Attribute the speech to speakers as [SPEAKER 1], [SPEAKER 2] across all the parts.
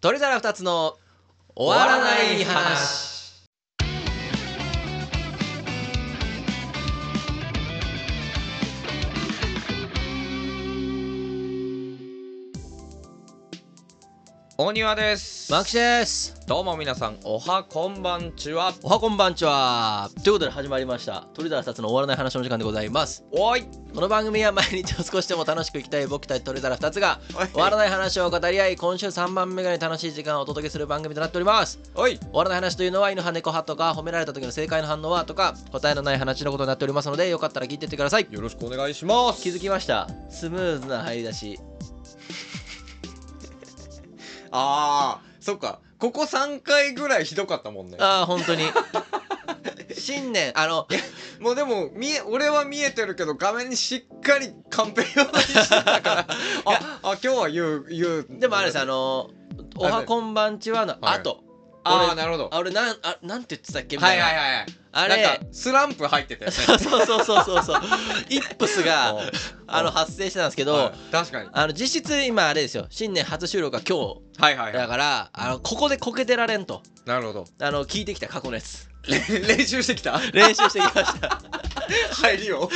[SPEAKER 1] 取り皿2つの終わらない話。
[SPEAKER 2] 大庭です
[SPEAKER 1] マキシです。
[SPEAKER 2] どうも皆さんおはこんばんちは
[SPEAKER 1] おはこんばんちは。ということで始まりました。鳥皿2つの終わらない話の時間でございます。
[SPEAKER 2] おい
[SPEAKER 1] この番組は毎日を少しでも楽しく生きたい僕たち鳥皿2つが
[SPEAKER 2] おい
[SPEAKER 1] 終わらない話を語り合い、今週3番目が楽しい時間をお届けする番組となっております。
[SPEAKER 2] おい
[SPEAKER 1] 終わらない話というのは犬派猫派とか褒められた時の正解の反応はとか答えのない話のことになっておりますのでよかったら聞いてってください。
[SPEAKER 2] よろしくお願いします
[SPEAKER 1] 気づきました。スムーズな入り出し。
[SPEAKER 2] あーそっかここ3回ぐらいひどかったもん ね
[SPEAKER 1] ああ、本当に。 新年、あの、
[SPEAKER 2] もうでも見え俺は見えてるけど画面にしっかりカンペ用意して たからああ今日は言う言う
[SPEAKER 1] でもあれです、あの、おはこんばんちはの後。
[SPEAKER 2] あ
[SPEAKER 1] 俺
[SPEAKER 2] あなるほど
[SPEAKER 1] あ俺なんあなんて言ってたっけみ
[SPEAKER 2] は
[SPEAKER 1] た
[SPEAKER 2] い
[SPEAKER 1] いな、
[SPEAKER 2] はいはいはい
[SPEAKER 1] あ
[SPEAKER 2] なん
[SPEAKER 1] れ
[SPEAKER 2] かスランプ入ってたよ ね
[SPEAKER 1] そうそうそうそうそうイップス が
[SPEAKER 2] うん
[SPEAKER 1] あの
[SPEAKER 2] うん
[SPEAKER 1] 発生してたんですけど、
[SPEAKER 2] はい確かに
[SPEAKER 1] あの実質今あれですよ新年初収録が今
[SPEAKER 2] はいはい
[SPEAKER 1] 日だ
[SPEAKER 2] は
[SPEAKER 1] からあのここでこけてられんと
[SPEAKER 2] いなるほど
[SPEAKER 1] あの聞いてきた過去のやつ
[SPEAKER 2] 練習してき た
[SPEAKER 1] 練習してき ました、
[SPEAKER 2] 入りを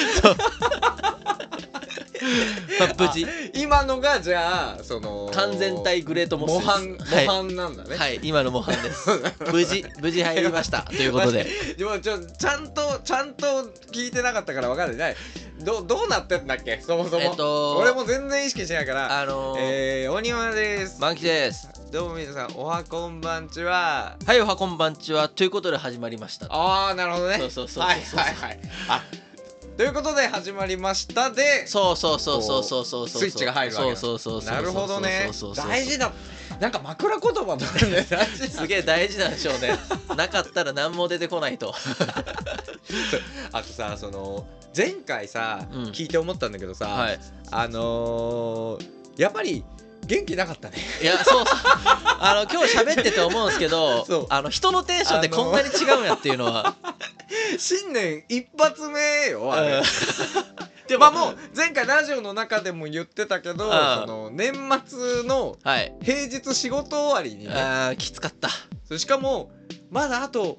[SPEAKER 1] まあ、無事
[SPEAKER 2] 今のがじゃあその
[SPEAKER 1] 完全体グレートモ
[SPEAKER 2] 模
[SPEAKER 1] スです
[SPEAKER 2] 範模範なんだね、
[SPEAKER 1] はい、はい、今の模範です 無事無事入りましたということで
[SPEAKER 2] でもちょちゃんとちゃんと聞いてなかったから分かんないどどうなってんだっけそもそも、
[SPEAKER 1] えっと
[SPEAKER 2] 俺も全然意識してないから
[SPEAKER 1] あのー
[SPEAKER 2] えー、お庭です
[SPEAKER 1] 満喫です
[SPEAKER 2] どうも皆さんおはこんばんちは
[SPEAKER 1] はいおはこんばんちはということで始まりました
[SPEAKER 2] ああなるほどね
[SPEAKER 1] そうそうそうそう
[SPEAKER 2] はいはいはいあということで始まりましたで
[SPEAKER 1] そうそうそうそうそうそうそう
[SPEAKER 2] スイッチが入るわけだ
[SPEAKER 1] そうそうそうそう
[SPEAKER 2] なるほどね
[SPEAKER 1] そうそうそうそう
[SPEAKER 2] 大事だなんか枕言葉だね大 事だ
[SPEAKER 1] すげえ大事なんでしょうねなかったら何も出てこないと
[SPEAKER 2] あとさその前回さ、
[SPEAKER 1] うん
[SPEAKER 2] 聞いて思ったんだけどさ、
[SPEAKER 1] はい
[SPEAKER 2] あのー、やっぱり元気なかったね
[SPEAKER 1] いやそうそうあの今日喋ってて思うんですけど
[SPEAKER 2] そう
[SPEAKER 1] あの人のテンションってこんなに違うんやっていうのは
[SPEAKER 2] 新年一発目よあれ、
[SPEAKER 1] うんで
[SPEAKER 2] まあ
[SPEAKER 1] も
[SPEAKER 2] もう前回ラジオの中でも言ってたけど、
[SPEAKER 1] うん
[SPEAKER 2] その年末の
[SPEAKER 1] はい
[SPEAKER 2] 平日仕事終わりにね、
[SPEAKER 1] あーきつかった
[SPEAKER 2] しかもまだあと、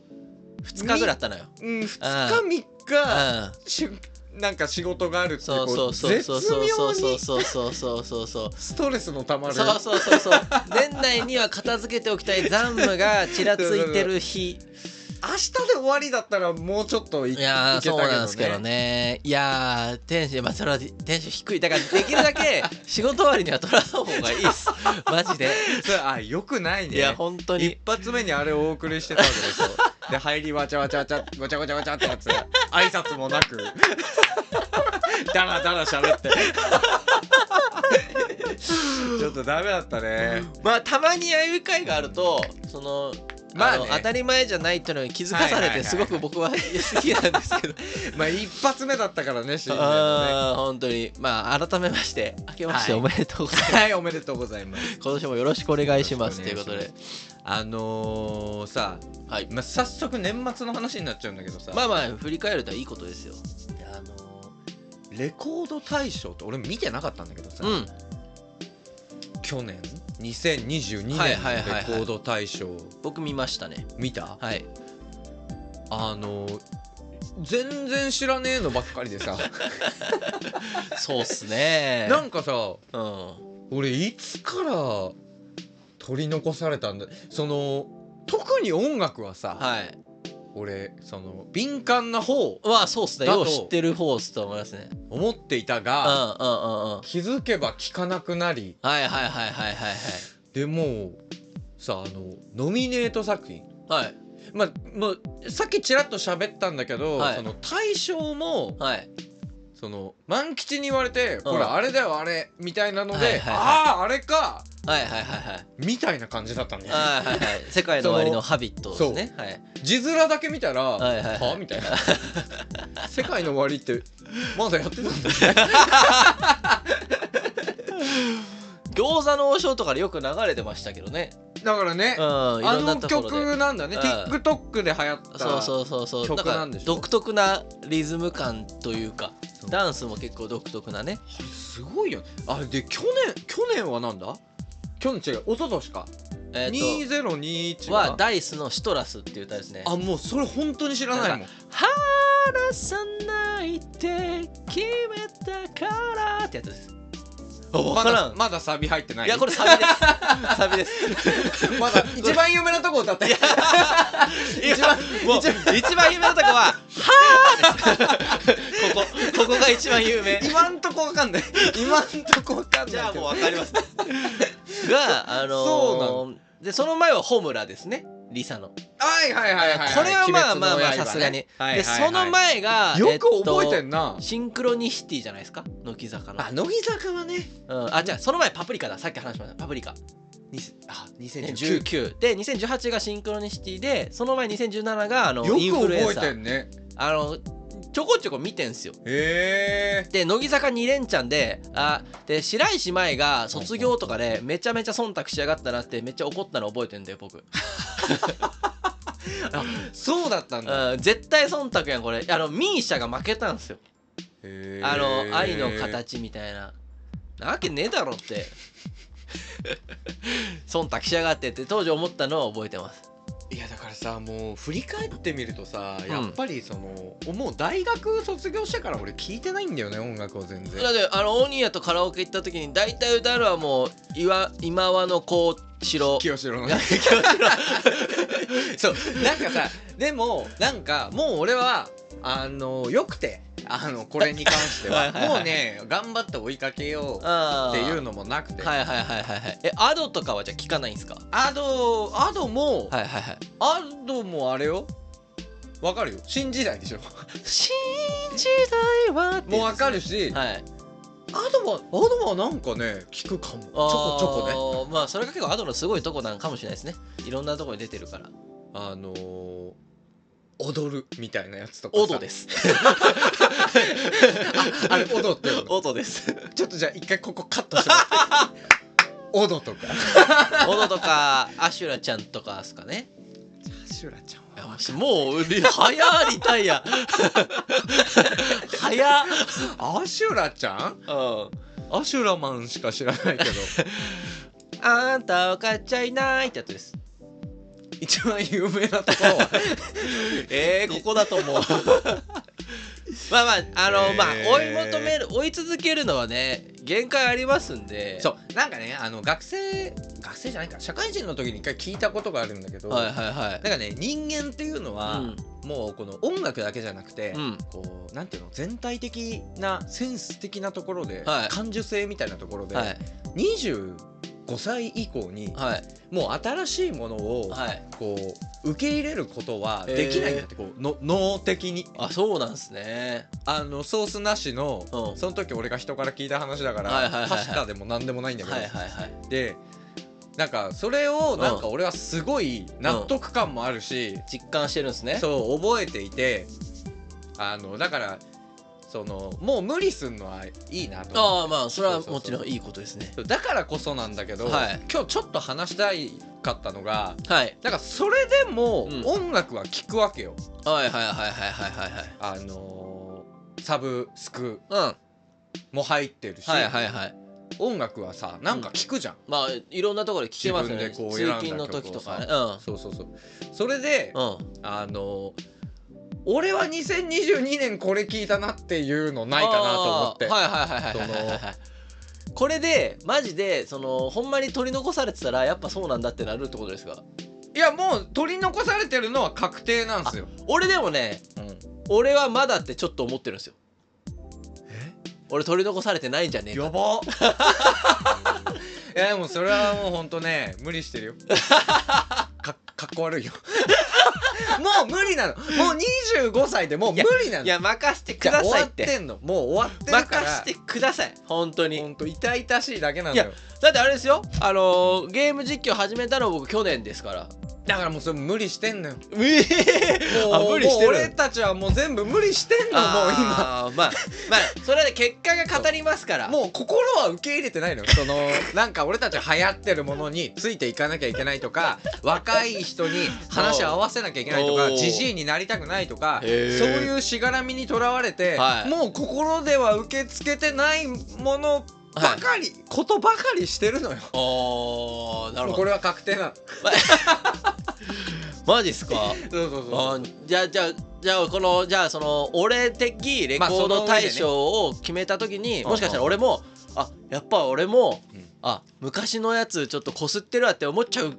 [SPEAKER 1] 2日ぐらいあったのよ
[SPEAKER 2] うん、2日3日
[SPEAKER 1] うん
[SPEAKER 2] しゅなんか仕事があるっていう
[SPEAKER 1] そう
[SPEAKER 2] こ
[SPEAKER 1] そううそうそう
[SPEAKER 2] 絶
[SPEAKER 1] そう
[SPEAKER 2] 妙に
[SPEAKER 1] そうそうそうそうそうそう
[SPEAKER 2] ストレスのたまる
[SPEAKER 1] そうそうそうそう年内には片付けておきたい残務がちらついてる日
[SPEAKER 2] 明日で終わりだったらもうちょっとい
[SPEAKER 1] いやー
[SPEAKER 2] いけた
[SPEAKER 1] そうなんですけ
[SPEAKER 2] け
[SPEAKER 1] ど
[SPEAKER 2] どね
[SPEAKER 1] ねいやーテンションまあそれはテンション低いだからできるだけ仕事終わりには取らない方がいいっ すマジで
[SPEAKER 2] それあよくないね
[SPEAKER 1] いや本当に
[SPEAKER 2] 一発目にあれをお送りしてたわけですよで入りわちゃわちゃわちゃごちゃごちゃごちゃってやつ挨拶もなくダラダラ喋ってちょっとダメだったね
[SPEAKER 1] まあたまにああいう会があるとその
[SPEAKER 2] ま
[SPEAKER 1] ま
[SPEAKER 2] あ
[SPEAKER 1] あ
[SPEAKER 2] ね
[SPEAKER 1] 当たり前じゃないっていうのに気づかされ
[SPEAKER 2] はいはいはい
[SPEAKER 1] てすごく僕は好きなんです けど
[SPEAKER 2] まあ一発目だったからね新年のね
[SPEAKER 1] あー本当にまあ改めまして明けまして
[SPEAKER 2] はい
[SPEAKER 1] おめでとうございます、
[SPEAKER 2] はいおめでとうございます
[SPEAKER 1] 今年もよろしくお願いしますと
[SPEAKER 2] よ
[SPEAKER 1] いう
[SPEAKER 2] ろ
[SPEAKER 1] こ
[SPEAKER 2] しくお
[SPEAKER 1] と
[SPEAKER 2] 願いし
[SPEAKER 1] で
[SPEAKER 2] あのー、さ、
[SPEAKER 1] はい
[SPEAKER 2] まあ、早速年末の話になっちゃうんだけどさ、
[SPEAKER 1] まあまあ振り返るとはいいことですよ
[SPEAKER 2] あのーレコード大賞って俺見てなかったんだけどさ、
[SPEAKER 1] うん
[SPEAKER 2] 去年2022年の
[SPEAKER 1] はい
[SPEAKER 2] レ
[SPEAKER 1] はいはいはい
[SPEAKER 2] コード大賞
[SPEAKER 1] 僕見ましたね
[SPEAKER 2] 見た、
[SPEAKER 1] はい
[SPEAKER 2] あの全然知らねえのばっかりで さ
[SPEAKER 1] そうっす ね
[SPEAKER 2] なんかさ
[SPEAKER 1] うん
[SPEAKER 2] 俺いつから取り残されたんだその特に音楽はさ、
[SPEAKER 1] はい。
[SPEAKER 2] 俺その敏感な方
[SPEAKER 1] まあそうっすね。
[SPEAKER 2] だと
[SPEAKER 1] よう知ってる方っすと思いますね。
[SPEAKER 2] 思っていた
[SPEAKER 1] うんうんうん
[SPEAKER 2] が、
[SPEAKER 1] うん。
[SPEAKER 2] 気づけば聞かなくなり
[SPEAKER 1] はいはいはいはいはい
[SPEAKER 2] でもうさあのノミネート作品
[SPEAKER 1] はい。はい
[SPEAKER 2] まあもうさっきちらっと喋ったんだけど、
[SPEAKER 1] はい
[SPEAKER 2] その大賞も
[SPEAKER 1] はい。
[SPEAKER 2] その万吉に言われて「ほ
[SPEAKER 1] うん
[SPEAKER 2] らあれだよあれ」みたいなの
[SPEAKER 1] はいは
[SPEAKER 2] で「
[SPEAKER 1] いはい
[SPEAKER 2] あああれか」
[SPEAKER 1] はいはいはいはい。
[SPEAKER 2] みたいな感じだったんだよ
[SPEAKER 1] はいはいはい。世界の終わりのハビットですね。はい。
[SPEAKER 2] 字面だけ見たら「はい
[SPEAKER 1] はいはい
[SPEAKER 2] みたいな「世界の終わり」ってまだやってたんだね
[SPEAKER 1] 餃子の王将とかでよく流れてましたけどね。
[SPEAKER 2] だからね
[SPEAKER 1] うん。い、ろん
[SPEAKER 2] あ
[SPEAKER 1] な
[SPEAKER 2] の
[SPEAKER 1] ところで。
[SPEAKER 2] 曲なんだね
[SPEAKER 1] うん
[SPEAKER 2] TikTok で流行った
[SPEAKER 1] そうそうそうそう。
[SPEAKER 2] 曲なんでしょ
[SPEAKER 1] 独特なリズム感というか
[SPEAKER 2] そう、
[SPEAKER 1] ダンスも結構独特なね。
[SPEAKER 2] あれすごいよねあれで去年去年はなんだ去年違う一昨年か
[SPEAKER 1] ええー
[SPEAKER 2] 2021
[SPEAKER 1] とはダイスの「シトラス」っていう歌ですね
[SPEAKER 2] あもうそれ本当に知らないもん
[SPEAKER 1] 「晴らさないって決めたから」ってやつですあ分
[SPEAKER 2] ま
[SPEAKER 1] から
[SPEAKER 2] だ
[SPEAKER 1] ん、
[SPEAKER 2] まだサビ入ってない
[SPEAKER 1] いやこれサビです サビです
[SPEAKER 2] れまだ一番有名なとこ歌って
[SPEAKER 1] 一番もう一番有名なとこは「はー」ですここここが 一番有 名
[SPEAKER 2] 今んとこわかんない今んとこわかんないけど
[SPEAKER 1] じゃあもうわかりますねがあのー、
[SPEAKER 2] そう
[SPEAKER 1] でその前は「ホムラ」ですねリサの、
[SPEAKER 2] はいはいはいはいい
[SPEAKER 1] これはまあ
[SPEAKER 2] 鬼
[SPEAKER 1] まあ
[SPEAKER 2] 滅の刃
[SPEAKER 1] まあ
[SPEAKER 2] ね
[SPEAKER 1] さすがに、
[SPEAKER 2] はい
[SPEAKER 1] で
[SPEAKER 2] はいはい
[SPEAKER 1] その前が
[SPEAKER 2] よく覚えて
[SPEAKER 1] っ
[SPEAKER 2] んな
[SPEAKER 1] と、シンクロニシティじゃないですか乃木坂の
[SPEAKER 2] 乃木坂はね
[SPEAKER 1] うん、あじゃあその前パプリカださっき話しましたパプリカ、
[SPEAKER 2] にせあ
[SPEAKER 1] ね、
[SPEAKER 2] 2019
[SPEAKER 1] 19で2018がシンクロニシティでその前2017があのイン
[SPEAKER 2] よく
[SPEAKER 1] フルエン
[SPEAKER 2] 覚え
[SPEAKER 1] サ
[SPEAKER 2] て
[SPEAKER 1] ー
[SPEAKER 2] んね
[SPEAKER 1] あのちょこちょこ見てんすよ
[SPEAKER 2] へえ
[SPEAKER 1] で乃木坂2連チャンであで白石麻衣が卒業とかでめちゃめちゃ忖度しやがったなってめっちゃ怒ったの覚えてんだよ僕、
[SPEAKER 2] そうだったんだ
[SPEAKER 1] うん、絶対忖度やんこれあのミーシャが負けたんすよ
[SPEAKER 2] へー
[SPEAKER 1] あの愛の形みたいななわけねえだろって 忖度しやがってって当時思ったのを覚えてます
[SPEAKER 2] いやだからさもう振り返ってみるとさ
[SPEAKER 1] ん
[SPEAKER 2] やっぱりその、もう大学卒業してから俺聞いてないんだよね音楽を全然
[SPEAKER 1] だってあのオニヤとカラオケ行った時に大体歌うのはもう岩今和の幸四郎
[SPEAKER 2] 清志郎の
[SPEAKER 1] いや
[SPEAKER 2] ねそうなんかさでもなんかもう俺はあのよくてあのこれに関しては
[SPEAKER 1] はいはいはい
[SPEAKER 2] もうね頑張って追いかけよう
[SPEAKER 1] あ
[SPEAKER 2] っ
[SPEAKER 1] ー
[SPEAKER 2] ていうのもなくて、
[SPEAKER 1] はいはいはいはいはいえアドとかはじゃあ聞かないんですか
[SPEAKER 2] アドアドも、
[SPEAKER 1] はいはいはい
[SPEAKER 2] アドもあれよわかるよ新時代で しょ
[SPEAKER 1] 新時代は
[SPEAKER 2] もうわか
[SPEAKER 1] る
[SPEAKER 2] るし、
[SPEAKER 1] はい
[SPEAKER 2] アドはアドはなんかね聞くかもちょこちょこね
[SPEAKER 1] こねまあそれが結構アドのすごいとこなんかもしれないですねいろんなとこに出てるから
[SPEAKER 2] あのー踊るみたいなやつとかさ
[SPEAKER 1] オド です
[SPEAKER 2] ああれ踊ってるの
[SPEAKER 1] オドです
[SPEAKER 2] ちょっとじゃあ一回ここカットしてもらって オドとか
[SPEAKER 1] オドとかアシュラちゃんとかですかね
[SPEAKER 2] シュラちゃん
[SPEAKER 1] いやもう リ早リタイア 早
[SPEAKER 2] アシュラちゃん
[SPEAKER 1] うん
[SPEAKER 2] アシュラマンしか知らないけ ど
[SPEAKER 1] あんたを買っちゃいないってやつです
[SPEAKER 2] 一番有名なところは
[SPEAKER 1] えー、ここだと思う まあまああの、まあ
[SPEAKER 2] えー
[SPEAKER 1] 追い求める追い続けるのはね限界ありますんで
[SPEAKER 2] そうなんかねあの学生学生じゃないか社会人の時に一回聞いたことがあるんだけど、
[SPEAKER 1] はいはいはい
[SPEAKER 2] なんかね人間っていうのは、
[SPEAKER 1] うん
[SPEAKER 2] もうこの音楽だけじゃなくて、
[SPEAKER 1] うん
[SPEAKER 2] こうなんていうの全体的なセンス的なところで、
[SPEAKER 1] はい
[SPEAKER 2] 感受性みたいなところで、
[SPEAKER 1] はい
[SPEAKER 2] 25歳以降に
[SPEAKER 1] はい
[SPEAKER 2] もう新しいものを
[SPEAKER 1] はい
[SPEAKER 2] こう受け入れることはできないんだって、こうの脳的に
[SPEAKER 1] あそうなんすね
[SPEAKER 2] あのソースなしの、
[SPEAKER 1] うん
[SPEAKER 2] その時俺が人から聞いた話だから、
[SPEAKER 1] はいはいはいはい
[SPEAKER 2] 確かでも何でもないんだけど、
[SPEAKER 1] はいはいはい
[SPEAKER 2] でなんかそれをなんか俺はすごい納得感もあるし、
[SPEAKER 1] 実感してるんですね
[SPEAKER 2] そう覚えていてあのだからそのもう無理すんのはいいなと
[SPEAKER 1] ああまあそれは
[SPEAKER 2] そうそ
[SPEAKER 1] も
[SPEAKER 2] うそう
[SPEAKER 1] ちろんいいことですね
[SPEAKER 2] だからこそなんだけど、
[SPEAKER 1] はい
[SPEAKER 2] 今日ちょっと話したいかったのが
[SPEAKER 1] はい
[SPEAKER 2] だからそれでも
[SPEAKER 1] うん
[SPEAKER 2] 音楽は聴くわけよ、
[SPEAKER 1] はいはいはいはいはいはいはい
[SPEAKER 2] あのーサブスク
[SPEAKER 1] うんは
[SPEAKER 2] も入ってるし、
[SPEAKER 1] いはいはい
[SPEAKER 2] 音楽はさなんか聴くじゃん、
[SPEAKER 1] まあいろんなところで聞けますよね
[SPEAKER 2] 自分でこ
[SPEAKER 1] 通
[SPEAKER 2] う選んだ
[SPEAKER 1] 勤の時とかね
[SPEAKER 2] そうそうそうそれで、
[SPEAKER 1] うんうん
[SPEAKER 2] あのー俺は2022年これ聞いたなっていうのないかなと思って、
[SPEAKER 1] あーはいはいはいはいはいはいはいこれでマジでそのほんまに取り残されてたらやっぱそうなんだってなるってことですか
[SPEAKER 2] いやもう取り残されてるのは確定なんですよ。
[SPEAKER 1] 俺でもね
[SPEAKER 2] うん
[SPEAKER 1] 俺はまだってちょっと思ってるんですよ
[SPEAKER 2] え
[SPEAKER 1] 俺取り残されてないんじゃねえか
[SPEAKER 2] やば いやでもそれはもうほんとね無理してるよかかっこ悪い よもう無理なのもう25歳でもう無理なの
[SPEAKER 1] いや任せて
[SPEAKER 2] じ
[SPEAKER 1] く
[SPEAKER 2] ゃ
[SPEAKER 1] だ
[SPEAKER 2] あ終
[SPEAKER 1] さい
[SPEAKER 2] わ
[SPEAKER 1] っ
[SPEAKER 2] っててんのもう終わってるから
[SPEAKER 1] 任せてください本当
[SPEAKER 2] ほ
[SPEAKER 1] に
[SPEAKER 2] んと痛々しいだけなんだよ
[SPEAKER 1] だってあれですよあのーゲーム実況始めたの僕去年ですから
[SPEAKER 2] だからもうそれ無理してんのよも
[SPEAKER 1] ええ
[SPEAKER 2] う
[SPEAKER 1] あ無理してる
[SPEAKER 2] もう俺たちはもう全部無理してんのもう今
[SPEAKER 1] あーまあまあそれはね結果が語りますから
[SPEAKER 2] もう心は受け入れてないのよそのなんか俺たち流行ってるものについていかなきゃいけない とか若い人に話を合わせなきゃいけないとか
[SPEAKER 1] おー
[SPEAKER 2] じじいになりたくないとかそう
[SPEAKER 1] へー
[SPEAKER 2] いうしがらみにとらわれて、
[SPEAKER 1] はい
[SPEAKER 2] もう心では受け付けてないものばかり、ことばかりしてるのよ
[SPEAKER 1] おーなる
[SPEAKER 2] もう
[SPEAKER 1] ほ
[SPEAKER 2] こ
[SPEAKER 1] ど
[SPEAKER 2] れは確定なの
[SPEAKER 1] マジっすか
[SPEAKER 2] そうそうそう
[SPEAKER 1] あーじゃあじゃあじゃあこのじゃあその俺的レコード大賞を決めた時に、
[SPEAKER 2] まあその上でね
[SPEAKER 1] もしかしたら俺もあやっぱ俺も、
[SPEAKER 2] うん
[SPEAKER 1] あ昔のやつちょっとこすってるわって思っちゃう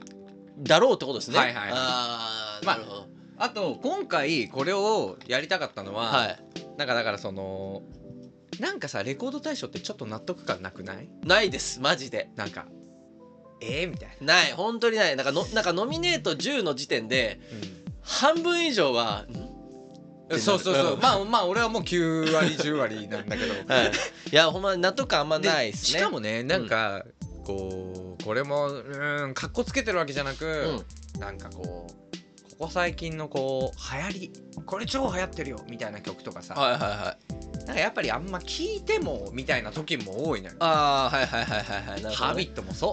[SPEAKER 1] だろうってことですね。
[SPEAKER 2] はいはいはい
[SPEAKER 1] あー
[SPEAKER 2] まあ
[SPEAKER 1] なるほど。
[SPEAKER 2] あと今回これをやりたかったのは、
[SPEAKER 1] はい。
[SPEAKER 2] なんかだからそのなんかさレコード大賞ってちょっと納得感なくない
[SPEAKER 1] ないですマジで。
[SPEAKER 2] なんかえー、みたいな、
[SPEAKER 1] ない本当にないなんかのなんかノミネート10の時点で半分以上はん
[SPEAKER 2] そうそうそう、
[SPEAKER 1] うん
[SPEAKER 2] まあまあ俺はもう9割10割なんだけど、
[SPEAKER 1] はい、 いやほんま納得感あんまないですね。
[SPEAKER 2] しかもねなんか、こうこれもうーんかっこつけてるわけじゃな
[SPEAKER 1] う
[SPEAKER 2] く
[SPEAKER 1] ん、、
[SPEAKER 2] なんかこうここ最近のこう流行りこれ超流行ってるよみたいな曲とかさ、
[SPEAKER 1] はいはいはい。
[SPEAKER 2] なんかやっぱりあんま聞いてもみたいな時も多いのよ。
[SPEAKER 1] ああはいはいはいはいはい。なるほ
[SPEAKER 2] ハ
[SPEAKER 1] どね
[SPEAKER 2] ビットもそ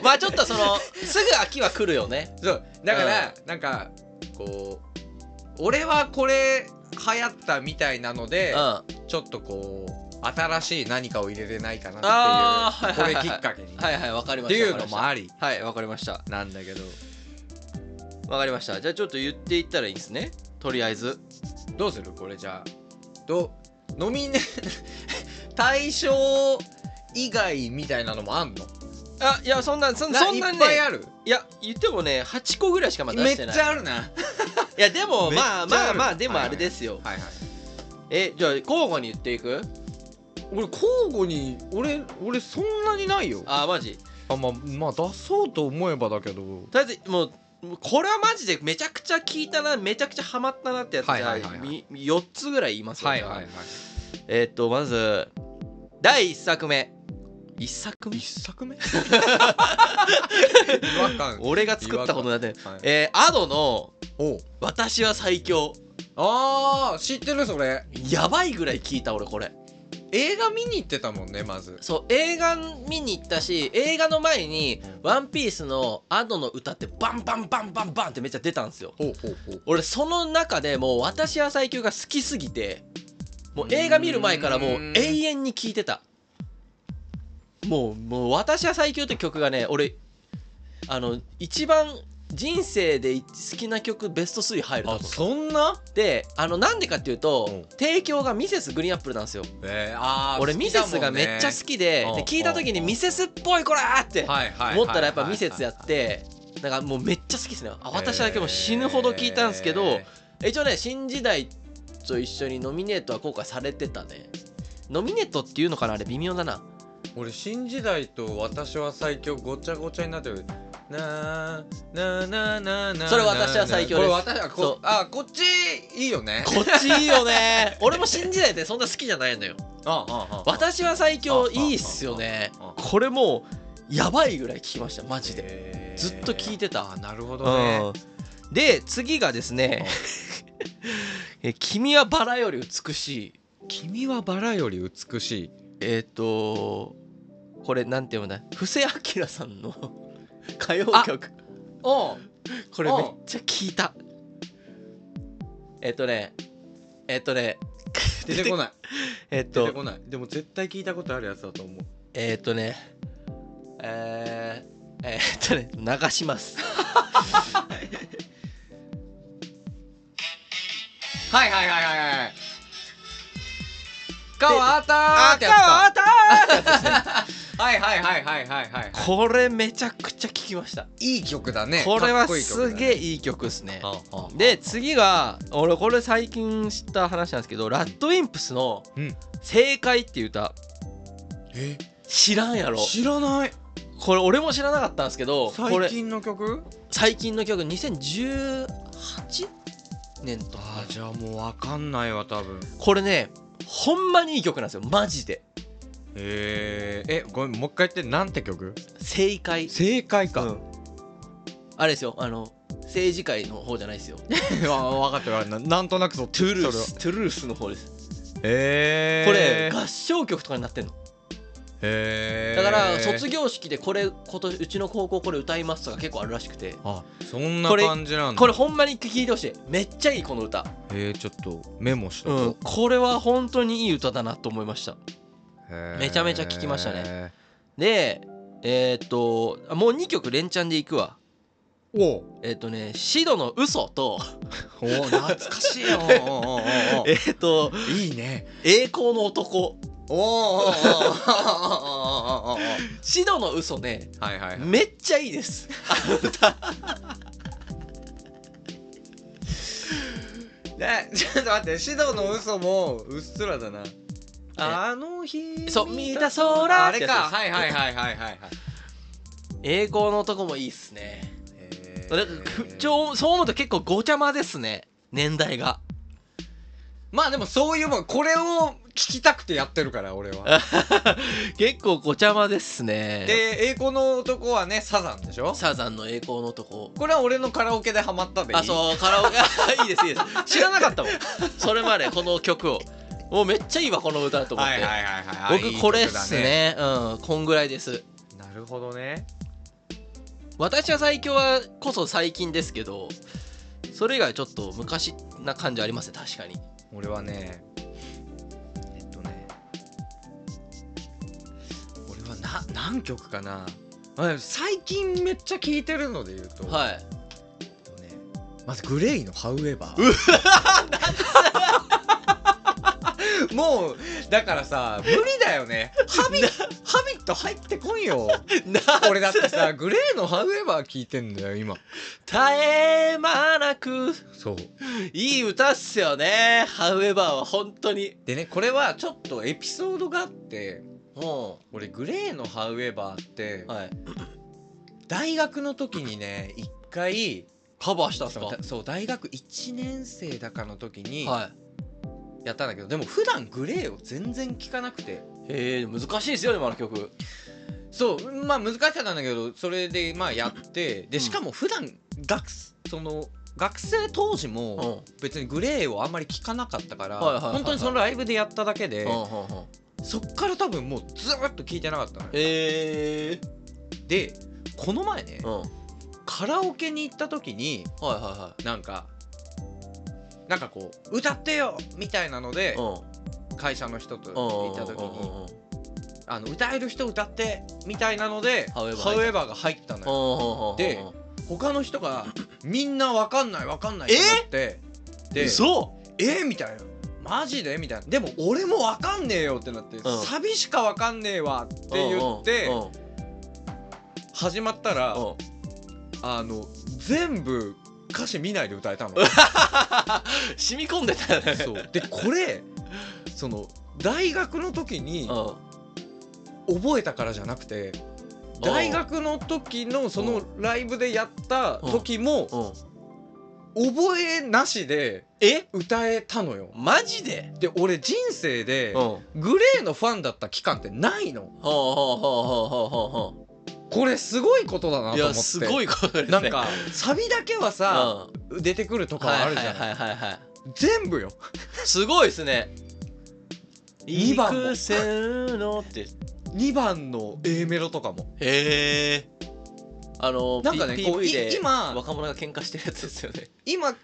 [SPEAKER 2] う。
[SPEAKER 1] まあちょっとそ のすぐ秋は来るよね。
[SPEAKER 2] そうだから、なんかこう俺はこれ流行ったみたいなの
[SPEAKER 1] う
[SPEAKER 2] で
[SPEAKER 1] ん。、は
[SPEAKER 2] ちょっとこう新しい何かを入れれないかな
[SPEAKER 1] あ
[SPEAKER 2] ってい
[SPEAKER 1] ー
[SPEAKER 2] う、こ
[SPEAKER 1] はいはい
[SPEAKER 2] れ
[SPEAKER 1] はい
[SPEAKER 2] きっかけに、
[SPEAKER 1] いはいわかり
[SPEAKER 2] っ
[SPEAKER 1] ま
[SPEAKER 2] て
[SPEAKER 1] した。
[SPEAKER 2] いうのも
[SPEAKER 1] わか
[SPEAKER 2] あ
[SPEAKER 1] りま
[SPEAKER 2] り
[SPEAKER 1] したはいわかりました。
[SPEAKER 2] なんだけど
[SPEAKER 1] わかりました。じゃあちょっと言っていったらいいんですね。とりあえず。
[SPEAKER 2] どうするこれじゃあどノミネ 対象以外みたいなのもあんの
[SPEAKER 1] あいやそんなそんそんな
[SPEAKER 2] ない
[SPEAKER 1] ね
[SPEAKER 2] っぱいある、
[SPEAKER 1] いや言ってもね8個ぐらいしかまだ出し
[SPEAKER 2] めってち
[SPEAKER 1] ない。
[SPEAKER 2] ゃあるなはい
[SPEAKER 1] いやでも
[SPEAKER 2] めっち
[SPEAKER 1] ま
[SPEAKER 2] ゃ
[SPEAKER 1] あま
[SPEAKER 2] あ
[SPEAKER 1] あ
[SPEAKER 2] る
[SPEAKER 1] まあでもあれですよ。
[SPEAKER 2] はい
[SPEAKER 1] えじゃあ交互に言っていく？
[SPEAKER 2] 俺交互に俺俺そんなにないよ
[SPEAKER 1] あーマジ。
[SPEAKER 2] あまあまあ出そうと思えばだけど
[SPEAKER 1] とりあえずもう。これはマジでめちゃくちゃ聞いたなめちゃくちゃハマったなってやつじゃあ、
[SPEAKER 2] はいはいはいはい
[SPEAKER 1] み4つぐらい言いますよ、
[SPEAKER 2] はいはいはい
[SPEAKER 1] えっ、とまず第1作目1作目
[SPEAKER 2] 一作目 違和感
[SPEAKER 1] 俺が作ったことになってない
[SPEAKER 2] はい
[SPEAKER 1] えー、アドの
[SPEAKER 2] おう
[SPEAKER 1] 「私は最強
[SPEAKER 2] あー知ってるそれ」
[SPEAKER 1] やばいぐらい聞いた俺これ
[SPEAKER 2] 映画見に行ってたもんねまず
[SPEAKER 1] そう映画見に行ったし映画の前に
[SPEAKER 2] うん
[SPEAKER 1] 「ワンピースのアドの歌ってバンバンバンバンバンってめっちゃ出たんですよ
[SPEAKER 2] ほうほうほう
[SPEAKER 1] 俺その中でもう「私は最強」が好きすぎてもう映画見る前からも
[SPEAKER 2] うー
[SPEAKER 1] うん永遠に聞いてたもうもう「私は最強」って曲がね俺あの一番人生で好きな曲ベスト3入ると
[SPEAKER 2] あ
[SPEAKER 1] 思う
[SPEAKER 2] そんな
[SPEAKER 1] であのなんでかっていうと、
[SPEAKER 2] うん
[SPEAKER 1] 提供がミセスグリーンアップルなんですよ
[SPEAKER 2] えー、あー
[SPEAKER 1] 俺
[SPEAKER 2] 好
[SPEAKER 1] ミ
[SPEAKER 2] き
[SPEAKER 1] セ
[SPEAKER 2] だもんね
[SPEAKER 1] スがめっちゃ好きで,、
[SPEAKER 2] うん
[SPEAKER 1] で聞いた時に
[SPEAKER 2] うん
[SPEAKER 1] ミセスっぽいこれーって
[SPEAKER 2] はいはいはい
[SPEAKER 1] 思ったらやっぱミセスやってなんかもうめっちゃ好きですねあ私は今日も死ぬほど聞いたんですけど
[SPEAKER 2] え
[SPEAKER 1] 一応ね新時代と一緒にノミネートは後悔されてたねノミネートっていうのかなあれ微妙だな
[SPEAKER 2] ー俺新時代と私は最強ごちゃごちゃになってるなーなーなーなーなー
[SPEAKER 1] それ私は最強です
[SPEAKER 2] これ私は
[SPEAKER 1] そう
[SPEAKER 2] こあこっちいいよね
[SPEAKER 1] こっちいいよ ね俺も新時代ってそんな好きじゃないのよ
[SPEAKER 2] ああああ
[SPEAKER 1] 私は最強いいっすよね
[SPEAKER 2] うんうんうんうん
[SPEAKER 1] これもうやばいぐらい聞きましたマジで
[SPEAKER 2] で
[SPEAKER 1] ずっと聞いてた
[SPEAKER 2] なるほどね
[SPEAKER 1] うん、で次がですね「え君はバラより美しい
[SPEAKER 2] 君はバラより美しい」
[SPEAKER 1] えっ、とこれなんて読むんだ布施明さんの 歌謡曲
[SPEAKER 2] お
[SPEAKER 1] これめっちゃ聞いたえっ、とねえっ、とね
[SPEAKER 2] 出てこ ない
[SPEAKER 1] えっ
[SPEAKER 2] 出て
[SPEAKER 1] と
[SPEAKER 2] こないでも絶対聞いたことあるやつだと思う
[SPEAKER 1] えっ、とねえーえっとね流します
[SPEAKER 2] はいはいはいはいはい川田ーってや
[SPEAKER 1] あた
[SPEAKER 2] つかはいはいはいはいはいはい
[SPEAKER 1] これめちゃくちゃ聞きました
[SPEAKER 2] いい曲だね
[SPEAKER 1] これは
[SPEAKER 2] かっこいい曲だ
[SPEAKER 1] す
[SPEAKER 2] ね
[SPEAKER 1] げえいい曲ですね
[SPEAKER 2] はあはあ
[SPEAKER 1] で次が俺これ最近知った話なんですけどラッドウィンプスの
[SPEAKER 2] うん
[SPEAKER 1] 「正解」っていう歌
[SPEAKER 2] え
[SPEAKER 1] 知らんやろ
[SPEAKER 2] 知らない
[SPEAKER 1] これ俺も知らなかったんですけどこ
[SPEAKER 2] 最
[SPEAKER 1] れ
[SPEAKER 2] 近の曲
[SPEAKER 1] 最近の曲2018年とか
[SPEAKER 2] あじゃあもうわかんないわ多分
[SPEAKER 1] これねほんまにいい曲なんですよマジで
[SPEAKER 2] えー、えごめんもう一回言ってなんて曲
[SPEAKER 1] 正解
[SPEAKER 2] 正解か、
[SPEAKER 1] うんあれですよあの政治界の方じゃないですよ
[SPEAKER 2] 分かってるわななんとなくそう
[SPEAKER 1] トゥルー
[SPEAKER 2] それは
[SPEAKER 1] ストゥルースの方です
[SPEAKER 2] えー、
[SPEAKER 1] これ合唱曲とかになってんの
[SPEAKER 2] え
[SPEAKER 1] だから卒業式でこれ今年うちの高校これ歌いますとか結構あるらしくて
[SPEAKER 2] あそんな
[SPEAKER 1] これ
[SPEAKER 2] 感じなんだ
[SPEAKER 1] これほんまに聴いてほしいめっちゃいいこの歌、
[SPEAKER 2] えー、ちょっとメモしと
[SPEAKER 1] う
[SPEAKER 2] こ
[SPEAKER 1] ん、これは本当にいい歌だなと思いました
[SPEAKER 2] う、
[SPEAKER 1] めちゃめちゃ聞きました
[SPEAKER 2] ね
[SPEAKER 1] でえーっとあもう2曲連チャンでいくわ
[SPEAKER 2] おう
[SPEAKER 1] えーっとね「シドの嘘と
[SPEAKER 2] おう懐かしい よおうおうおうおう
[SPEAKER 1] えーっと
[SPEAKER 2] いいね
[SPEAKER 1] 「栄光の男
[SPEAKER 2] おうおうおうおうおうおうおうおうおうは」
[SPEAKER 1] シドの嘘ね
[SPEAKER 2] いはいはい
[SPEAKER 1] めっちゃいいです
[SPEAKER 2] ねちょっと待ってシドの嘘もうっすらだなあの日
[SPEAKER 1] そう見た空
[SPEAKER 2] あ
[SPEAKER 1] っ
[SPEAKER 2] れか
[SPEAKER 1] てやつです
[SPEAKER 2] はいはいはいはいはい
[SPEAKER 1] 栄光の男もいいっすね
[SPEAKER 2] へー
[SPEAKER 1] だからくそうそう思うと結構ごちゃまですね年代が
[SPEAKER 2] まあでもそういうもんこれを聞きたくてやってるから俺は
[SPEAKER 1] 結構ごちゃまですね
[SPEAKER 2] で栄光の男はねサザンでしょ
[SPEAKER 1] サザンの栄光の男
[SPEAKER 2] これは俺のカラオケでハマったでいい
[SPEAKER 1] あそうカラオケ あいいですいいです知らなかったもん それまでこの曲をもうめっちゃいいわこの歌と思っ
[SPEAKER 2] はい
[SPEAKER 1] て、
[SPEAKER 2] はいはいはいあいい
[SPEAKER 1] 僕これっ
[SPEAKER 2] 曲だ
[SPEAKER 1] すねうんこんぐらいです
[SPEAKER 2] なるほどね
[SPEAKER 1] 私は最強はこそ最近ですけどそれ以外はちょっと昔な感じありますね確かに
[SPEAKER 2] 俺はねえっとね俺はな何曲かなあ最近めっちゃ聴いてるので言うと、
[SPEAKER 1] はい
[SPEAKER 2] えっとね、まずグレイの「ハウエバー」もうだからさ無理だよねハビハビット入ってこんよ
[SPEAKER 1] な
[SPEAKER 2] 俺だってさグレーの「ハウエバー」聞いてんだよ今
[SPEAKER 1] 絶え間なく
[SPEAKER 2] そう
[SPEAKER 1] いい歌っすよねハウエバーは本当に
[SPEAKER 2] でねこれはちょっとエピソードがあって
[SPEAKER 1] も
[SPEAKER 2] 俺グレーの「ハウエバー」って
[SPEAKER 1] うはい
[SPEAKER 2] 大学の時にね一回
[SPEAKER 1] カバーしたんすか
[SPEAKER 2] そうだそう大学1年生だかの時に
[SPEAKER 1] は
[SPEAKER 2] やったんだけど、でも普段グレーを全然聞かなくて
[SPEAKER 1] いへえ難しいですよねあの曲
[SPEAKER 2] そうまあ難しかったんだけどそれでまあやって
[SPEAKER 1] うん
[SPEAKER 2] でしかも普段学その学生当時
[SPEAKER 1] う
[SPEAKER 2] も
[SPEAKER 1] ん
[SPEAKER 2] 別にグレーをあんまり聞かなかったから
[SPEAKER 1] はいはいはいはい
[SPEAKER 2] 本当にそのライブでやっただけで
[SPEAKER 1] うんうんうん
[SPEAKER 2] そっから多分もうずーっと聞いてなかったのよ
[SPEAKER 1] へえ
[SPEAKER 2] でこの前ね
[SPEAKER 1] うんはい
[SPEAKER 2] カラオケに行った時に
[SPEAKER 1] は
[SPEAKER 2] なんかなんかこう歌ってよみたいなので
[SPEAKER 1] いはいうん
[SPEAKER 2] 会社の人と
[SPEAKER 1] うん
[SPEAKER 2] 行った時
[SPEAKER 1] うんうん
[SPEAKER 2] に
[SPEAKER 1] うんうん
[SPEAKER 2] あの歌える人歌ってみたいなので「
[SPEAKER 1] However
[SPEAKER 2] ハウエバー」が入ったのよ
[SPEAKER 1] うんうん
[SPEAKER 2] で他の 人がみんなわかんないわかんないってなってで
[SPEAKER 1] そ
[SPEAKER 2] えみたいなマジでみたいなでも俺もわかんねえよってなって、
[SPEAKER 1] ん
[SPEAKER 2] サビしかわかんねえわって言って
[SPEAKER 1] うんうんうん
[SPEAKER 2] 始まったら
[SPEAKER 1] うん
[SPEAKER 2] あの全部歌詞見ないで歌え たの
[SPEAKER 1] 染み込んでたよね
[SPEAKER 2] そうでこれその大学の時に
[SPEAKER 1] う
[SPEAKER 2] 覚えたからじゃなくて大学の時のそのライブでやった時
[SPEAKER 1] ん
[SPEAKER 2] も
[SPEAKER 1] うん
[SPEAKER 2] 覚えなしで
[SPEAKER 1] え
[SPEAKER 2] 歌えたのよ
[SPEAKER 1] マジで
[SPEAKER 2] で俺人生で
[SPEAKER 1] うんほ
[SPEAKER 2] グレーのファンだった期間ってないの
[SPEAKER 1] うほうほうほうほうほうほ
[SPEAKER 2] これすごいことだな
[SPEAKER 1] うい
[SPEAKER 2] と思
[SPEAKER 1] や
[SPEAKER 2] って
[SPEAKER 1] すごいことですね
[SPEAKER 2] なんかサビだけは
[SPEAKER 1] うん
[SPEAKER 2] さ、
[SPEAKER 1] は
[SPEAKER 2] 出てくると
[SPEAKER 1] い
[SPEAKER 2] かはあ
[SPEAKER 1] は
[SPEAKER 2] る
[SPEAKER 1] い
[SPEAKER 2] じゃん、
[SPEAKER 1] はいはいはい
[SPEAKER 2] 全部よ
[SPEAKER 1] すごいですね
[SPEAKER 2] 二番も
[SPEAKER 1] 幾千のって
[SPEAKER 2] 2番の A メロとかも
[SPEAKER 1] へえあの
[SPEAKER 2] なんかね
[SPEAKER 1] P-
[SPEAKER 2] こう
[SPEAKER 1] PV で
[SPEAKER 2] い今
[SPEAKER 1] 若者が喧嘩してるやつですよね
[SPEAKER 2] 今な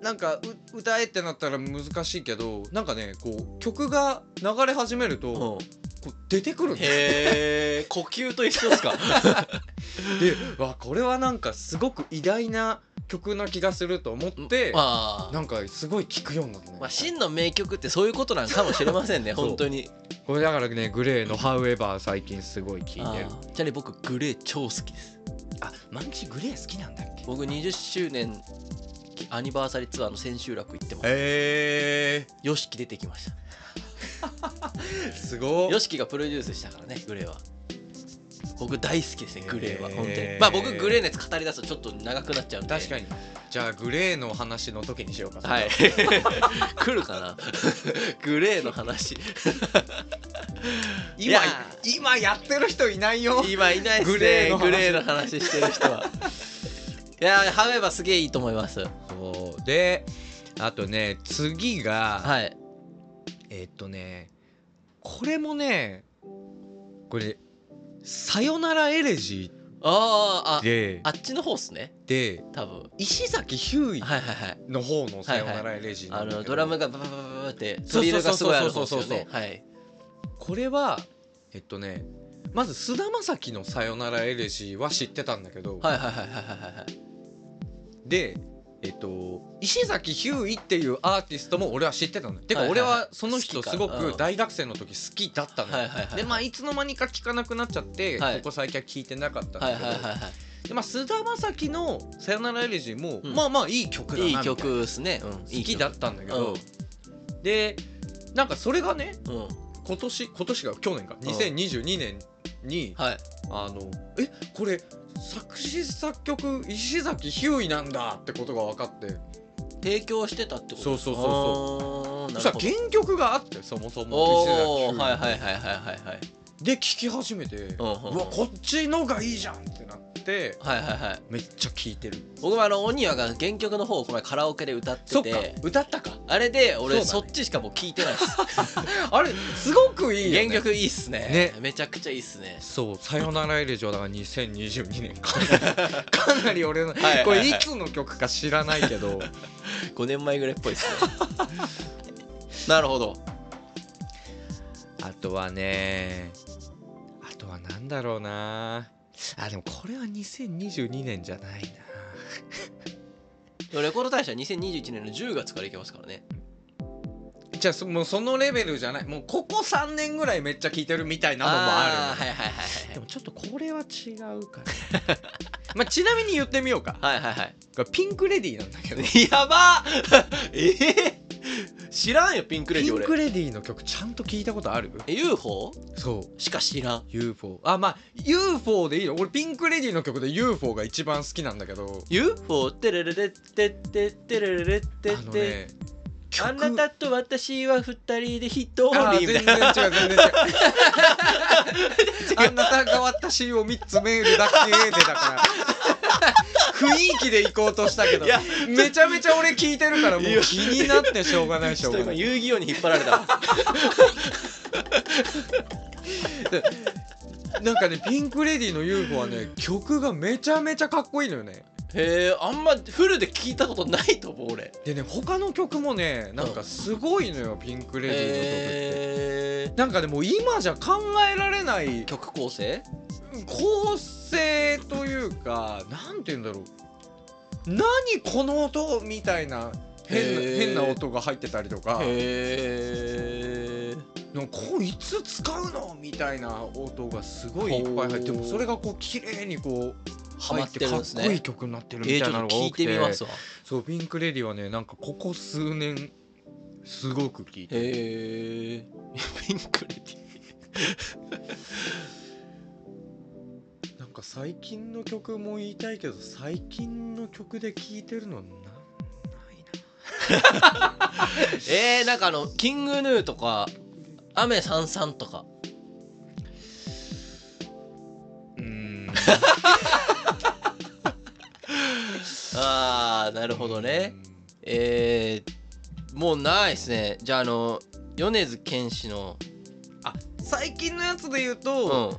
[SPEAKER 2] なんかう歌えってなったら難しいけどなんかねこう曲が流れ始めると、こう出てくるんだ
[SPEAKER 1] へ
[SPEAKER 2] よ
[SPEAKER 1] え呼吸と一緒ですか
[SPEAKER 2] でわこれはなんかすごく偉大な曲な気がすると思って、
[SPEAKER 1] ま
[SPEAKER 2] な
[SPEAKER 1] あ
[SPEAKER 2] んかすごい聴くようになったね、
[SPEAKER 1] まあ真の名曲ってそういうことなんかもしれませんね
[SPEAKER 2] そう
[SPEAKER 1] 本当に
[SPEAKER 2] これだからねグレーの「ハウエバー」最近すごい聴いてる
[SPEAKER 1] あーじゃあね僕グレー超好きです
[SPEAKER 2] あマンキグレー好きなんだっけ
[SPEAKER 1] 僕20周年アニバーサリーツアーの千秋楽行ってます
[SPEAKER 2] へえ
[SPEAKER 1] y o s 出てきました
[SPEAKER 2] すご
[SPEAKER 1] y o s がプロデュースしたからねグレーは僕大好きですねグレーは
[SPEAKER 2] へー
[SPEAKER 1] 本当にまあ僕グレーのやつ語り出すとちょっと長くなっちゃうんで
[SPEAKER 2] 確かにじゃあグレーの話の時にしようか
[SPEAKER 1] はい 来るかな グレーの話い
[SPEAKER 2] 今
[SPEAKER 1] や
[SPEAKER 2] 今やってる人いないよ
[SPEAKER 1] 今いないですね
[SPEAKER 2] グ
[SPEAKER 1] グ
[SPEAKER 2] レー
[SPEAKER 1] レ
[SPEAKER 2] の
[SPEAKER 1] ー
[SPEAKER 2] 話
[SPEAKER 1] の話してる人はいやハウエバーすげえいいと思います
[SPEAKER 2] そうであとね次が、
[SPEAKER 1] はい
[SPEAKER 2] えーっとねこれもねこれ「さよならエレジ
[SPEAKER 1] あ
[SPEAKER 2] ー」
[SPEAKER 1] ー
[SPEAKER 2] で
[SPEAKER 1] ああっちの方っすね
[SPEAKER 2] で
[SPEAKER 1] 多分
[SPEAKER 2] 石崎ひゅーい
[SPEAKER 1] はいはいはい
[SPEAKER 2] の方の「さよならエレジー」
[SPEAKER 1] あ
[SPEAKER 2] なんだけど
[SPEAKER 1] のドラムがバババババって
[SPEAKER 2] そ
[SPEAKER 1] ド
[SPEAKER 2] う
[SPEAKER 1] リ
[SPEAKER 2] そう
[SPEAKER 1] ル
[SPEAKER 2] そ
[SPEAKER 1] が
[SPEAKER 2] う
[SPEAKER 1] す
[SPEAKER 2] そう
[SPEAKER 1] ごいある
[SPEAKER 2] そ
[SPEAKER 1] 方
[SPEAKER 2] う
[SPEAKER 1] です
[SPEAKER 2] そう
[SPEAKER 1] よ
[SPEAKER 2] そ
[SPEAKER 1] ね
[SPEAKER 2] う
[SPEAKER 1] はい
[SPEAKER 2] これはえっとねまず菅田将暉の「さよならエレジー」は知ってたんだけど、
[SPEAKER 1] はいはいはいはいはいはい
[SPEAKER 2] でえっと石崎ひゅーいっていうアーティストも俺は知ってたのよてか
[SPEAKER 1] はいはい
[SPEAKER 2] 俺
[SPEAKER 1] はい
[SPEAKER 2] はその人
[SPEAKER 1] 好きか
[SPEAKER 2] すご
[SPEAKER 1] うん
[SPEAKER 2] く大学生の時好きだったのよ、
[SPEAKER 1] はいはいはい
[SPEAKER 2] でまあいつの間にか聞かなくなっちゃって、
[SPEAKER 1] はい
[SPEAKER 2] ここ最近は聞いてなかったんだ
[SPEAKER 1] はい
[SPEAKER 2] け
[SPEAKER 1] は
[SPEAKER 2] ど、
[SPEAKER 1] いはいは
[SPEAKER 2] でまあ菅田将暉の「さよならエレジーも」
[SPEAKER 1] うん
[SPEAKER 2] まあまあいい曲だないみ
[SPEAKER 1] い
[SPEAKER 2] た
[SPEAKER 1] い
[SPEAKER 2] いな
[SPEAKER 1] 曲ですね、うん、
[SPEAKER 2] 好きだったんだけど
[SPEAKER 1] いい
[SPEAKER 2] でなんかそれがね
[SPEAKER 1] 曲、うん、
[SPEAKER 2] 今年今年が去年か2022年に、
[SPEAKER 1] はい
[SPEAKER 2] あのえこれ作詞作曲石崎ひゅーいなんだってことが分かって
[SPEAKER 1] 提供してたってこと
[SPEAKER 2] そうそうそう
[SPEAKER 1] そう
[SPEAKER 2] そ
[SPEAKER 1] な
[SPEAKER 2] し
[SPEAKER 1] る
[SPEAKER 2] た
[SPEAKER 1] ほ
[SPEAKER 2] ら
[SPEAKER 1] ど
[SPEAKER 2] 原曲があってそもそ
[SPEAKER 1] お
[SPEAKER 2] も石崎ひゅー
[SPEAKER 1] お
[SPEAKER 2] い
[SPEAKER 1] ー
[SPEAKER 2] の
[SPEAKER 1] はいはいはいはいはいはい
[SPEAKER 2] で聴き始めて、う
[SPEAKER 1] うん
[SPEAKER 2] わ
[SPEAKER 1] うんうん
[SPEAKER 2] こっちのがいいじゃんってなって
[SPEAKER 1] はいはいはい
[SPEAKER 2] めっちゃ聴いてる
[SPEAKER 1] 僕もあのオニアが原曲の方をこの前カラオケで歌って
[SPEAKER 2] そっか
[SPEAKER 1] て
[SPEAKER 2] 歌ったか
[SPEAKER 1] あれで俺そ,、
[SPEAKER 2] そうだね
[SPEAKER 1] っちしかもう聞いてないです
[SPEAKER 2] あれすごくいいよ、ね、
[SPEAKER 1] 原曲いいっすね
[SPEAKER 2] ね
[SPEAKER 1] めちゃくちゃいいっすね
[SPEAKER 2] そう「さよならエレジョ」だから2022年 かなかなり俺の
[SPEAKER 1] はいはいはい
[SPEAKER 2] これいつの曲か知らないけ ど
[SPEAKER 1] 5年前ぐらいっぽいっすね なるほど
[SPEAKER 2] あとはねあとはなんだろうなあでもこれは2022年じゃないな
[SPEAKER 1] レコード大賞2021年の10月からいけますからね
[SPEAKER 2] じゃあそもうそのレベルじゃないもうここ3年ぐらいめっちゃ聴いてるみたいなのもあ
[SPEAKER 1] ー
[SPEAKER 2] る
[SPEAKER 1] はいはい
[SPEAKER 2] でもちょっとこれは違うかな まあちなみに言ってみようか
[SPEAKER 1] はいはいはいはいはい
[SPEAKER 2] これピンク・レディーなんだけど
[SPEAKER 1] やばえ え知らんよピンクレデ
[SPEAKER 2] ピ
[SPEAKER 1] ィ
[SPEAKER 2] ン
[SPEAKER 1] 俺
[SPEAKER 2] ク・レディーの曲ちゃんと聞いたことある
[SPEAKER 1] え UFO
[SPEAKER 2] そう
[SPEAKER 1] しか知らん
[SPEAKER 2] UFO あまあ UFO でいいよ俺ピンク・レディーの曲で UFO が一番好きなんだけど
[SPEAKER 1] UFO てれれれってってってれれれってっ
[SPEAKER 2] あの
[SPEAKER 1] て
[SPEAKER 2] ね
[SPEAKER 1] あ,、
[SPEAKER 2] 曲
[SPEAKER 1] なたと私は二人で一人み
[SPEAKER 2] あー
[SPEAKER 1] たい
[SPEAKER 2] 全
[SPEAKER 1] な
[SPEAKER 2] 然違う全然違う あなたが私を3つメールだけでだから雰囲気で行こうとしたけど
[SPEAKER 1] いや
[SPEAKER 2] めちゃめちゃ俺聞いてるからも
[SPEAKER 1] いや
[SPEAKER 2] う気になってしょうがないし
[SPEAKER 1] ち
[SPEAKER 2] ょ
[SPEAKER 1] ょっ
[SPEAKER 2] う
[SPEAKER 1] と
[SPEAKER 2] が
[SPEAKER 1] 今
[SPEAKER 2] ない
[SPEAKER 1] 遊戯王に引っ張られたわ
[SPEAKER 2] なんかねピンク・レディーの UFO はね曲がめちゃめちゃかっこいいのよね
[SPEAKER 1] へえあんまフルで聞いたことないと思う俺
[SPEAKER 2] でね他の曲もねなんかすごいのよピンク・レディーの曲って。
[SPEAKER 1] へえ
[SPEAKER 2] なんかでも今じゃ考えられない
[SPEAKER 1] 曲構成
[SPEAKER 2] 構成というかなんて言うんだろう何この音みたいな変な
[SPEAKER 1] へー
[SPEAKER 2] 変な音が入ってたりとか
[SPEAKER 1] へえ
[SPEAKER 2] なんかこういつ使うのみたいな音がすごいいっぱい入って
[SPEAKER 1] ほう
[SPEAKER 2] でもそれがこう綺麗にこう
[SPEAKER 1] ハマ
[SPEAKER 2] 入
[SPEAKER 1] っ
[SPEAKER 2] って
[SPEAKER 1] て
[SPEAKER 2] か
[SPEAKER 1] るん
[SPEAKER 2] っ
[SPEAKER 1] です
[SPEAKER 2] こいい
[SPEAKER 1] ね
[SPEAKER 2] 曲になってる
[SPEAKER 1] えー、
[SPEAKER 2] みた
[SPEAKER 1] ちょ
[SPEAKER 2] いな
[SPEAKER 1] っ
[SPEAKER 2] の
[SPEAKER 1] と
[SPEAKER 2] が
[SPEAKER 1] 聞
[SPEAKER 2] 多
[SPEAKER 1] い
[SPEAKER 2] くて
[SPEAKER 1] てみますわ
[SPEAKER 2] そうピンク・レディーはねなんかここ数年すごく聴いてる
[SPEAKER 1] へえピンクレディ
[SPEAKER 2] なんか最近の曲も言いたいけど最近の曲で聴いてるのなんないな
[SPEAKER 1] えー、なんかあのキングヌーとか雨さんさんとか
[SPEAKER 2] うーん
[SPEAKER 1] ああなるほどね。えー、もうないですねじゃああの米津玄師の
[SPEAKER 2] あ最近のやつで言う
[SPEAKER 1] う
[SPEAKER 2] と、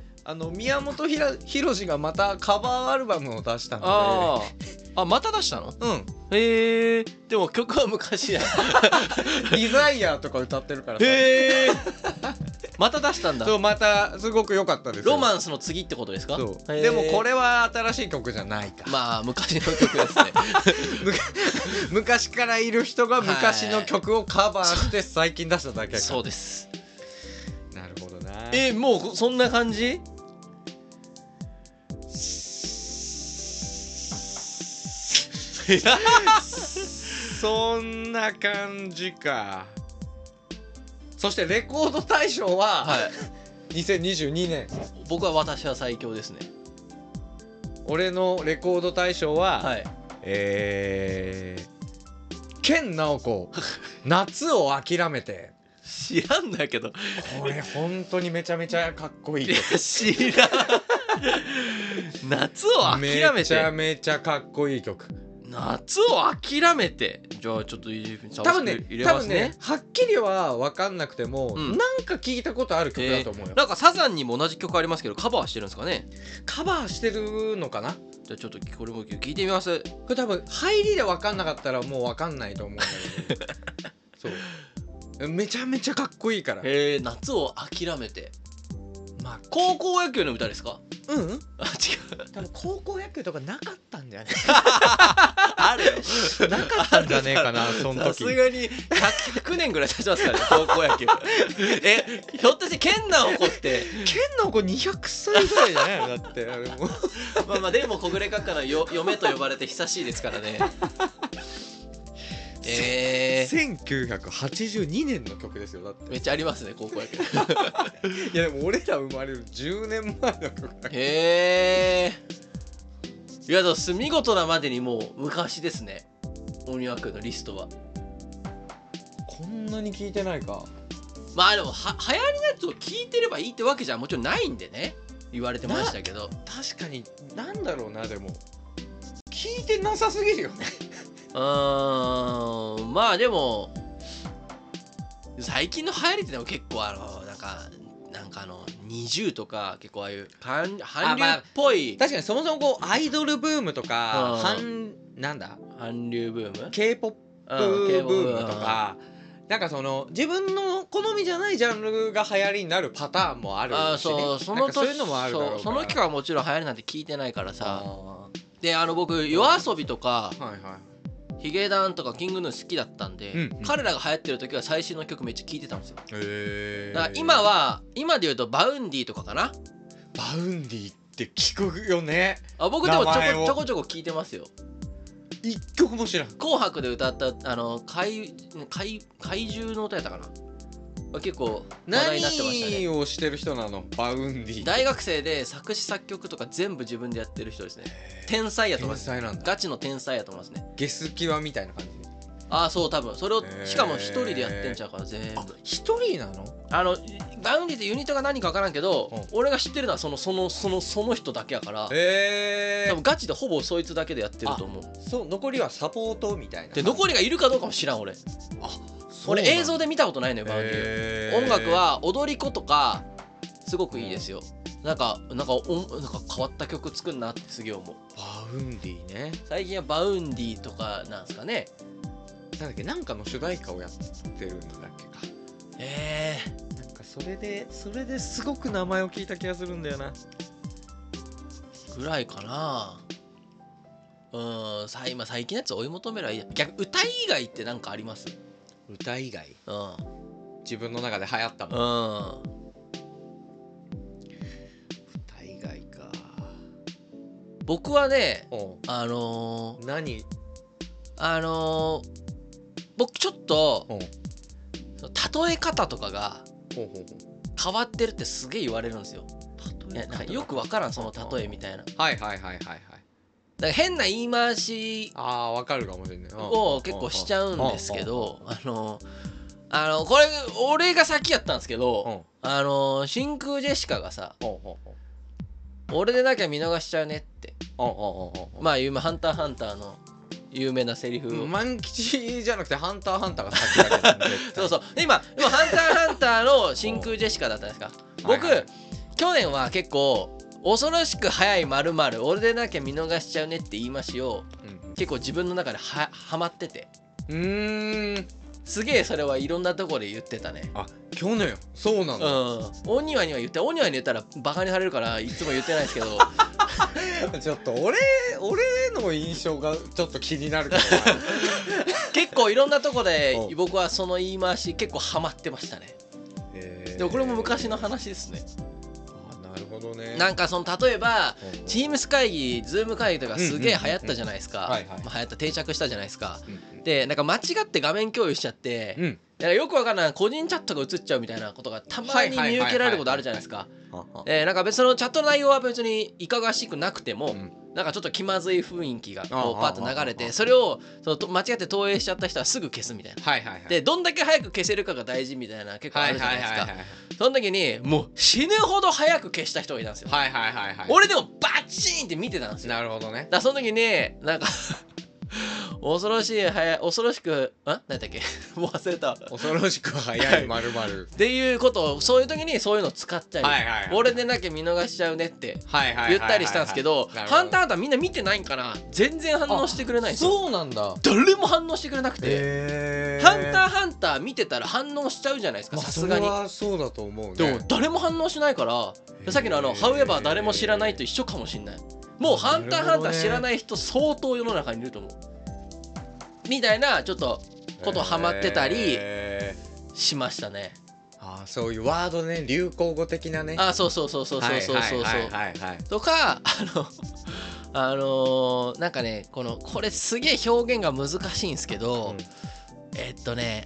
[SPEAKER 1] ん
[SPEAKER 2] あの宮本ひらひろしがまたカバーアルバムを出したの
[SPEAKER 1] あーあまた出したの
[SPEAKER 2] で、うん、
[SPEAKER 1] へえでも曲は昔や
[SPEAKER 2] ディザイアとか歌ってるからさ、
[SPEAKER 1] へえ また出したんだ
[SPEAKER 2] そうまたすごく良かったですよ。
[SPEAKER 1] ロマンスの次ってことですか
[SPEAKER 2] そう
[SPEAKER 1] へー
[SPEAKER 2] でもこれは新しい曲じゃないか、
[SPEAKER 1] まあ昔の曲 ですね
[SPEAKER 2] 昔からいる人が昔の曲をカバーして最近出しただけか
[SPEAKER 1] そうです
[SPEAKER 2] なるほどな
[SPEAKER 1] えー、もうそんな感じいや
[SPEAKER 2] そんな感じかそしてレコード大賞は、
[SPEAKER 1] はい
[SPEAKER 2] 2022年
[SPEAKER 1] 僕は私は最強ですね
[SPEAKER 2] 俺のレコード大賞は、
[SPEAKER 1] はい
[SPEAKER 2] えー、剣 直子夏を諦めて
[SPEAKER 1] 知らんだけど
[SPEAKER 2] これ本当にめちゃめちゃかっこい
[SPEAKER 1] い
[SPEAKER 2] い
[SPEAKER 1] や知らん 夏を諦め
[SPEAKER 2] めちゃ
[SPEAKER 1] て
[SPEAKER 2] めちゃかっこいい曲
[SPEAKER 1] 夏を諦めてじゃあちょっと多
[SPEAKER 2] 多分ね
[SPEAKER 1] 入れ
[SPEAKER 2] 多
[SPEAKER 1] ます
[SPEAKER 2] 分
[SPEAKER 1] ね
[SPEAKER 2] ねはっきりは分かんなくても、
[SPEAKER 1] うん
[SPEAKER 2] なんか聞いたことある曲だと思うよ、
[SPEAKER 1] なんかサザンにも同じ曲ありますけどカバーしてるんですかね
[SPEAKER 2] カバーしてるのかな
[SPEAKER 1] じゃあちょっとこれも聞いてみます
[SPEAKER 2] これ多分入りで分かんなかったらもう分かんないと思うんだけどそうめちゃめちゃかっこいいから
[SPEAKER 1] へえ夏を諦めて
[SPEAKER 2] まあ
[SPEAKER 1] 高校野球の歌ですか
[SPEAKER 2] うんうん
[SPEAKER 1] あ違う
[SPEAKER 2] 多分高校野球とかなかったんじゃね
[SPEAKER 1] あるよ
[SPEAKER 2] なかったんじゃねえかなその
[SPEAKER 1] さす
[SPEAKER 2] 時
[SPEAKER 1] がに 100, 100年ぐらい経ちますからね高校野球えひょっとして県南をこって
[SPEAKER 2] 県の子200歳ぐらいじゃないのだってあれ もう
[SPEAKER 1] まあまあでも小暮閣下のよ嫁と呼ばれて久しいですから ねえー、
[SPEAKER 2] 1982年の曲ですよだって
[SPEAKER 1] めっちゃありますね高校野球
[SPEAKER 2] いやでも俺ら生まれる10年前の曲だ
[SPEAKER 1] へえいやだ見事なまでにもう昔ですね鬼枠のリストは
[SPEAKER 2] こんなに聴いてないか
[SPEAKER 1] まあでもは流行りのやつを聞いてればいいってわけじゃもちろんないんでね言われてましたけど
[SPEAKER 2] 確かになんだろうなでも聴いてなさすぎるよね
[SPEAKER 1] うーんまあでも最近の流行りってでも結構あのなんかなんかあの20とか結構ああいう韓韓流っぽい
[SPEAKER 2] 確かにそもそもこうアイドルブームとか
[SPEAKER 1] う
[SPEAKER 2] 反なんだ
[SPEAKER 1] 韓流ブーム
[SPEAKER 2] k p o p ブ
[SPEAKER 1] うん
[SPEAKER 2] ー
[SPEAKER 1] K-pop
[SPEAKER 2] ムとかなんかその自分の好みじゃないジャンルが流行りになるパターンもあるし、ね、
[SPEAKER 1] あーそうその
[SPEAKER 2] なんかそういうのもあるだろうから
[SPEAKER 1] そうその期間はもちろん流行りなんて聞いてないからさ
[SPEAKER 2] あ
[SPEAKER 1] であの僕夜遊びとか
[SPEAKER 2] ーはいはい
[SPEAKER 1] ヒゲダンとかキングヌー好きだったんで、
[SPEAKER 2] うんうん
[SPEAKER 1] 彼らが流行ってる時は最新の曲めっちゃ聞いてたんですよ
[SPEAKER 2] へ
[SPEAKER 1] だから今は今で言うとバウンディとかかな
[SPEAKER 2] バウンディって聞くよね
[SPEAKER 1] あ僕でもちょ
[SPEAKER 2] 名前を
[SPEAKER 1] こちょこちょこ聞いてますよ
[SPEAKER 2] 一曲も知らん
[SPEAKER 1] 紅白で歌ったあの怪怪怪獣の歌やったかなは結構話題になってましたね
[SPEAKER 2] 何をしてる人なのバウンディ
[SPEAKER 1] 大学生で作詞作曲とか全部自分でやってる人ですね天才やと思いま
[SPEAKER 2] 天
[SPEAKER 1] す
[SPEAKER 2] 才なんだ
[SPEAKER 1] ガチの天才やと思いますね
[SPEAKER 2] ゲス際みたいな感じ
[SPEAKER 1] ああそう多分それを
[SPEAKER 2] へー
[SPEAKER 1] しかも一人でやってんちゃうから全部
[SPEAKER 2] 一人なの
[SPEAKER 1] あのバウンディってユニットが何か分からんけど、
[SPEAKER 2] うん
[SPEAKER 1] 俺が知ってるのはそのそのそのその人だけやから
[SPEAKER 2] え
[SPEAKER 1] 多分ガチでほぼそいつだけでやってると思う
[SPEAKER 2] そう残りはサポートみたいな
[SPEAKER 1] で残りがいるかどうかも知らん俺俺映像で見たことないのよバウンディを音楽は踊り子とかすごくいいですよ、なんかなんかおなんか変わった曲作んなってすげえ思う
[SPEAKER 2] バウンディね
[SPEAKER 1] 最近はバウンディとかなんですかね
[SPEAKER 2] なんだっけなんかの主題歌をやってるんだっけか
[SPEAKER 1] え
[SPEAKER 2] なんかそれでそれですごく名前を聞いた気がするんだよな
[SPEAKER 1] ー、ぐらいかなうーんさ今最近のやつ追い求めりゃいいや逆歌以外って何かあります
[SPEAKER 2] 歌以外
[SPEAKER 1] うんうん
[SPEAKER 2] 自分の中で流行ったもん
[SPEAKER 1] あ
[SPEAKER 2] 歌以外か
[SPEAKER 1] 僕はね
[SPEAKER 2] お
[SPEAKER 1] あのー、
[SPEAKER 2] 何
[SPEAKER 1] あのー、僕ちょっと
[SPEAKER 2] おう
[SPEAKER 1] その例え方とかが
[SPEAKER 2] ほうほう
[SPEAKER 1] 変わってるってすげえ言われるんですよ
[SPEAKER 2] ほう
[SPEAKER 1] いやなんかよくわからんその例えみたいなだか
[SPEAKER 2] はいはいはいはいはい
[SPEAKER 1] ら変な言い回し
[SPEAKER 2] あーわかるかもしれないうん
[SPEAKER 1] を結構しちゃうんですけどあのあのこれ俺が先やったんですけ
[SPEAKER 2] うん
[SPEAKER 1] どあの真空ジェシカがさ
[SPEAKER 2] ほうほうほう
[SPEAKER 1] 「俺でなきゃ見逃しちゃうね」って
[SPEAKER 2] ほうほうほうほう
[SPEAKER 1] まあ有名「ハンターハンター」の有名なセリフを
[SPEAKER 2] 万吉じゃなくてハンターハンターが先だけどね絶対
[SPEAKER 1] そうそうで今でもハンターハンター」の真空ジェシカだったんですか僕
[SPEAKER 2] はいはい
[SPEAKER 1] 去年は結構恐ろしく早い〇〇俺でなきゃ見逃しちゃうねって言いましを結構自分の中でははまってて
[SPEAKER 2] うんうーん
[SPEAKER 1] すげえそれはいろんなとこで言ってたね
[SPEAKER 2] あ去年そうなんだ、
[SPEAKER 1] うん、オニワには言ってオニワに言ったらバカにされるからいつも言ってないですけ ど
[SPEAKER 2] ちょっと俺俺の印象がちょっと気になるけど
[SPEAKER 1] 結構いろんなとこで
[SPEAKER 2] うん
[SPEAKER 1] 僕はその言い回し結構ハマってましたね
[SPEAKER 2] な
[SPEAKER 1] でもこれも昔
[SPEAKER 2] の
[SPEAKER 1] の話ですね
[SPEAKER 2] なるほどね
[SPEAKER 1] なんんかその例えば
[SPEAKER 2] うんうん
[SPEAKER 1] チームス会議ズーム会議とかすげえ
[SPEAKER 2] うんうんうんうん
[SPEAKER 1] 流行ったじゃないですか
[SPEAKER 2] はいはい
[SPEAKER 1] まあ流行った定着したじゃないですか
[SPEAKER 2] うん
[SPEAKER 1] でなんか間違って画面共有しちゃって
[SPEAKER 2] うん
[SPEAKER 1] だからよくわかんない個人チャットが映っちゃうみたいなことがたまに見受けられることあるじゃないですか
[SPEAKER 2] はは
[SPEAKER 1] えーなんか別にそのチャットの内容は別にいかがわしくなくても、
[SPEAKER 2] うん
[SPEAKER 1] なんかちょっと気まずい雰囲気がこ
[SPEAKER 2] あ
[SPEAKER 1] う
[SPEAKER 2] あ
[SPEAKER 1] パッと流れ
[SPEAKER 2] あああ
[SPEAKER 1] て
[SPEAKER 2] あ
[SPEAKER 1] それをそのと間違って投影しちゃった人はすぐ消すみたいな。
[SPEAKER 2] はいはいはい
[SPEAKER 1] でどんだけ早く消せるかが大事みたいな結構
[SPEAKER 2] は
[SPEAKER 1] あ
[SPEAKER 2] い
[SPEAKER 1] るじゃ
[SPEAKER 2] は
[SPEAKER 1] ないいです
[SPEAKER 2] はいはい
[SPEAKER 1] かその時にもう死ぬほど早く消した人がいたんですよ、
[SPEAKER 2] はいはいはいはい
[SPEAKER 1] 俺でもバチーンって見てたんですよ
[SPEAKER 2] なるほどね
[SPEAKER 1] だからその時になんか 恐ろしい早い恐ろしくあ何だっけ もう忘れたっ
[SPEAKER 2] 恐ろしく早いまるまる
[SPEAKER 1] ていうことをそういう時にそういうの使っちゃう、
[SPEAKER 2] はいはいはい
[SPEAKER 1] 俺でなきゃ見逃しちゃうねって
[SPEAKER 2] はいはいはいはいはい
[SPEAKER 1] 言ったりしたんですけど「
[SPEAKER 2] なるほ
[SPEAKER 1] ハンターハンター」みんな見てないんかな全然反応してくれないんですよ
[SPEAKER 2] そうなんだ
[SPEAKER 1] 誰も反応してくれなくて「
[SPEAKER 2] へ
[SPEAKER 1] ハンターハンター」見てたら反応しちゃうじゃないですか
[SPEAKER 2] まあ
[SPEAKER 1] さすがに
[SPEAKER 2] それ。はそうだと思う
[SPEAKER 1] でも
[SPEAKER 2] ね
[SPEAKER 1] 誰も反応しないからさっきのあの「However 誰も知らない」と一緒かもしんないもう「ハンターハンター」知らない人相当世の中にいると思うみたいなちょっとことハマってたり
[SPEAKER 2] へー
[SPEAKER 1] しましたね
[SPEAKER 2] あーそういうワードね流行語的なね
[SPEAKER 1] あそうそうそうそうそうそうそう
[SPEAKER 2] は
[SPEAKER 1] そ
[SPEAKER 2] いうはいはいはい
[SPEAKER 1] とかあの あのーなんかねこのこれすげえ表現が難しいんですけど、えっとね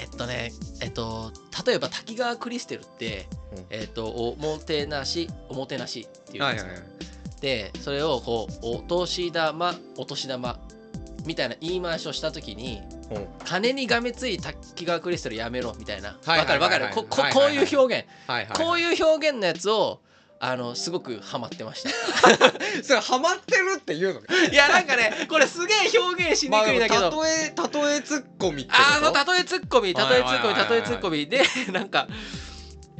[SPEAKER 1] えっとねえっと例えば滝川クリステルって、
[SPEAKER 2] うん
[SPEAKER 1] えっとおもてなしおもてなしっていうん
[SPEAKER 2] はい
[SPEAKER 1] で
[SPEAKER 2] は
[SPEAKER 1] す
[SPEAKER 2] い
[SPEAKER 1] か
[SPEAKER 2] はい
[SPEAKER 1] でそれをこうお年玉お年玉みたいな言い回しをした時に
[SPEAKER 2] うん
[SPEAKER 1] 金にがめつい滝川クリスタルやめろみたいな
[SPEAKER 2] はい
[SPEAKER 1] わ
[SPEAKER 2] は
[SPEAKER 1] か
[SPEAKER 2] いはい
[SPEAKER 1] るわかるここ
[SPEAKER 2] はいはい
[SPEAKER 1] こ
[SPEAKER 2] は
[SPEAKER 1] う
[SPEAKER 2] い
[SPEAKER 1] いう表現
[SPEAKER 2] はいはい
[SPEAKER 1] こういう表現のやつをあのすごくハマってま した
[SPEAKER 2] それハマってるっていうのね
[SPEAKER 1] いやなんかねこれすげえ表現しにくいんだけど、
[SPEAKER 2] まあでも例え例えツッコミってこと
[SPEAKER 1] あの例えツッコミ例えツッコ
[SPEAKER 2] はいはいはいはい
[SPEAKER 1] ミ例えツッコミでなんか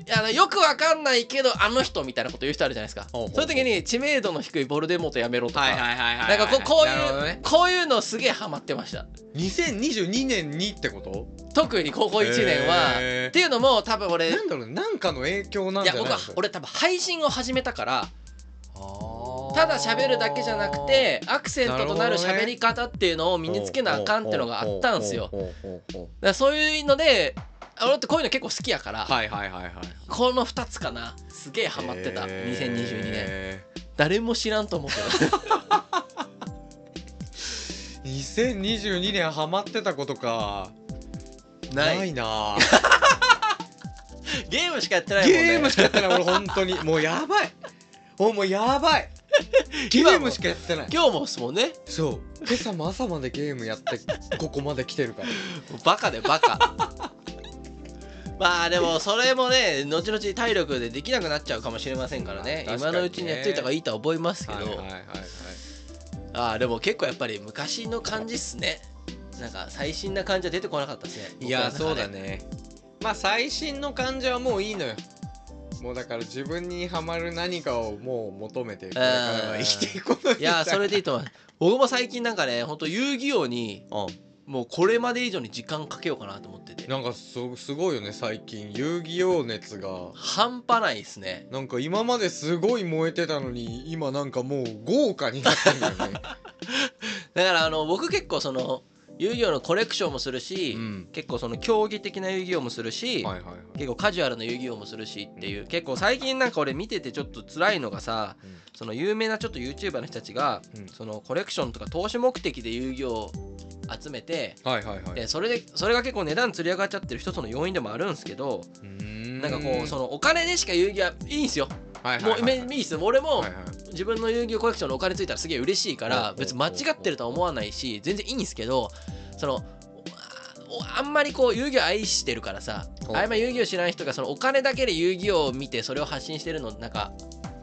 [SPEAKER 1] あのよくわかんないけどあの人みたいなこと言う人あるじゃないですか
[SPEAKER 2] ほうほうほう
[SPEAKER 1] そういう時に知名度の低いボルデモートやめろとか、
[SPEAKER 2] はいはいはいは
[SPEAKER 1] ないんかこうこう
[SPEAKER 2] なるほ
[SPEAKER 1] いう、
[SPEAKER 2] どね
[SPEAKER 1] こういうのすげえハマってました
[SPEAKER 2] 2022年にってこと
[SPEAKER 1] 特に高校1年は、
[SPEAKER 2] へー
[SPEAKER 1] っていうのも多分俺い
[SPEAKER 2] なんだろうなんかの影響なんじ
[SPEAKER 1] や
[SPEAKER 2] ゃない
[SPEAKER 1] 僕は俺多分配信を始めたから
[SPEAKER 2] あー
[SPEAKER 1] ただ喋るだけじゃなくてアクセントとなる喋り方っていうのを身につけなあかんってのがあったんですよだか
[SPEAKER 2] ほうほうほうほうほ
[SPEAKER 1] らそういうので俺ってこういうの結構好きやから、
[SPEAKER 2] うはいはいはいはい
[SPEAKER 1] この2つかなすげえハマってた2022年
[SPEAKER 2] 年
[SPEAKER 1] 誰も知らんと思うけど
[SPEAKER 2] 2022年ハマってたことか
[SPEAKER 1] ない
[SPEAKER 2] ないな
[SPEAKER 1] ゲームしかやってないもんね
[SPEAKER 2] ゲームしかやってない俺本当にもうやばいおもうやば いゲームしかやってない
[SPEAKER 1] 今日もですもんね
[SPEAKER 2] そう今朝も朝までゲームやってここまで来てるから
[SPEAKER 1] バカでバカまあでもそれもね後々体力でできなくなっちゃうかもしれませんからね,、
[SPEAKER 2] まあ確か
[SPEAKER 1] 今
[SPEAKER 2] にね
[SPEAKER 1] のうちにやっといた方がいいとは思いますけど、
[SPEAKER 2] はいはいはいはい
[SPEAKER 1] ああでも結構やっぱり昔の感じっすねなんか最新な感じは出てこなかったですね
[SPEAKER 2] いや
[SPEAKER 1] 僕の
[SPEAKER 2] そ
[SPEAKER 1] 中
[SPEAKER 2] う
[SPEAKER 1] で
[SPEAKER 2] だねまあ最新の感じはもういいのよもうだから自分にはまる何かをもう求めてこれからは生きていくことに
[SPEAKER 1] いやそれでいい
[SPEAKER 2] い
[SPEAKER 1] と思います僕も最近なんかねほんと遊戯王にもうこれまで以上に時間かけようかなと思ってて
[SPEAKER 2] なんかそすごいよね最近遊戯王熱が
[SPEAKER 1] 半端ないですね
[SPEAKER 2] なんか今まですごい燃えてたのに今なんかもう豪華になってんだよね、
[SPEAKER 1] だからあの僕結構その遊戯王のコレクションもするし、
[SPEAKER 2] ん、
[SPEAKER 1] 結構その競技的な遊戯王もするし、
[SPEAKER 2] はいはいはい
[SPEAKER 1] 結構カジュアルな遊戯王もするしっていう結構最近なんか俺見ててちょっと辛いのがさその有名なちょっと YouTuber の人たちが
[SPEAKER 2] うん
[SPEAKER 1] そのコレクションとか投資目的で遊戯王を集めて
[SPEAKER 2] はいはいはい
[SPEAKER 1] でそれでそれが結構値段つり上がっちゃってる一つの要因でもあるんですけど
[SPEAKER 2] な
[SPEAKER 1] なんかこうそのお金でしか遊戯はいいんすよ
[SPEAKER 2] はいはい
[SPEAKER 1] も
[SPEAKER 2] は
[SPEAKER 1] う
[SPEAKER 2] い
[SPEAKER 1] いめいいっすよ俺も
[SPEAKER 2] はいはい
[SPEAKER 1] 自分の遊戯王コレクションのお金ついたらすげえ嬉しいか
[SPEAKER 2] う
[SPEAKER 1] ら
[SPEAKER 2] ん
[SPEAKER 1] 別に間違ってるとは思わないし全然いいんですけどそのおああんまりこう遊戯王愛してるからさ
[SPEAKER 2] うん
[SPEAKER 1] あんま遊戯王知らない人がそのお金だけで遊戯王を見てそれを発信してるのなんか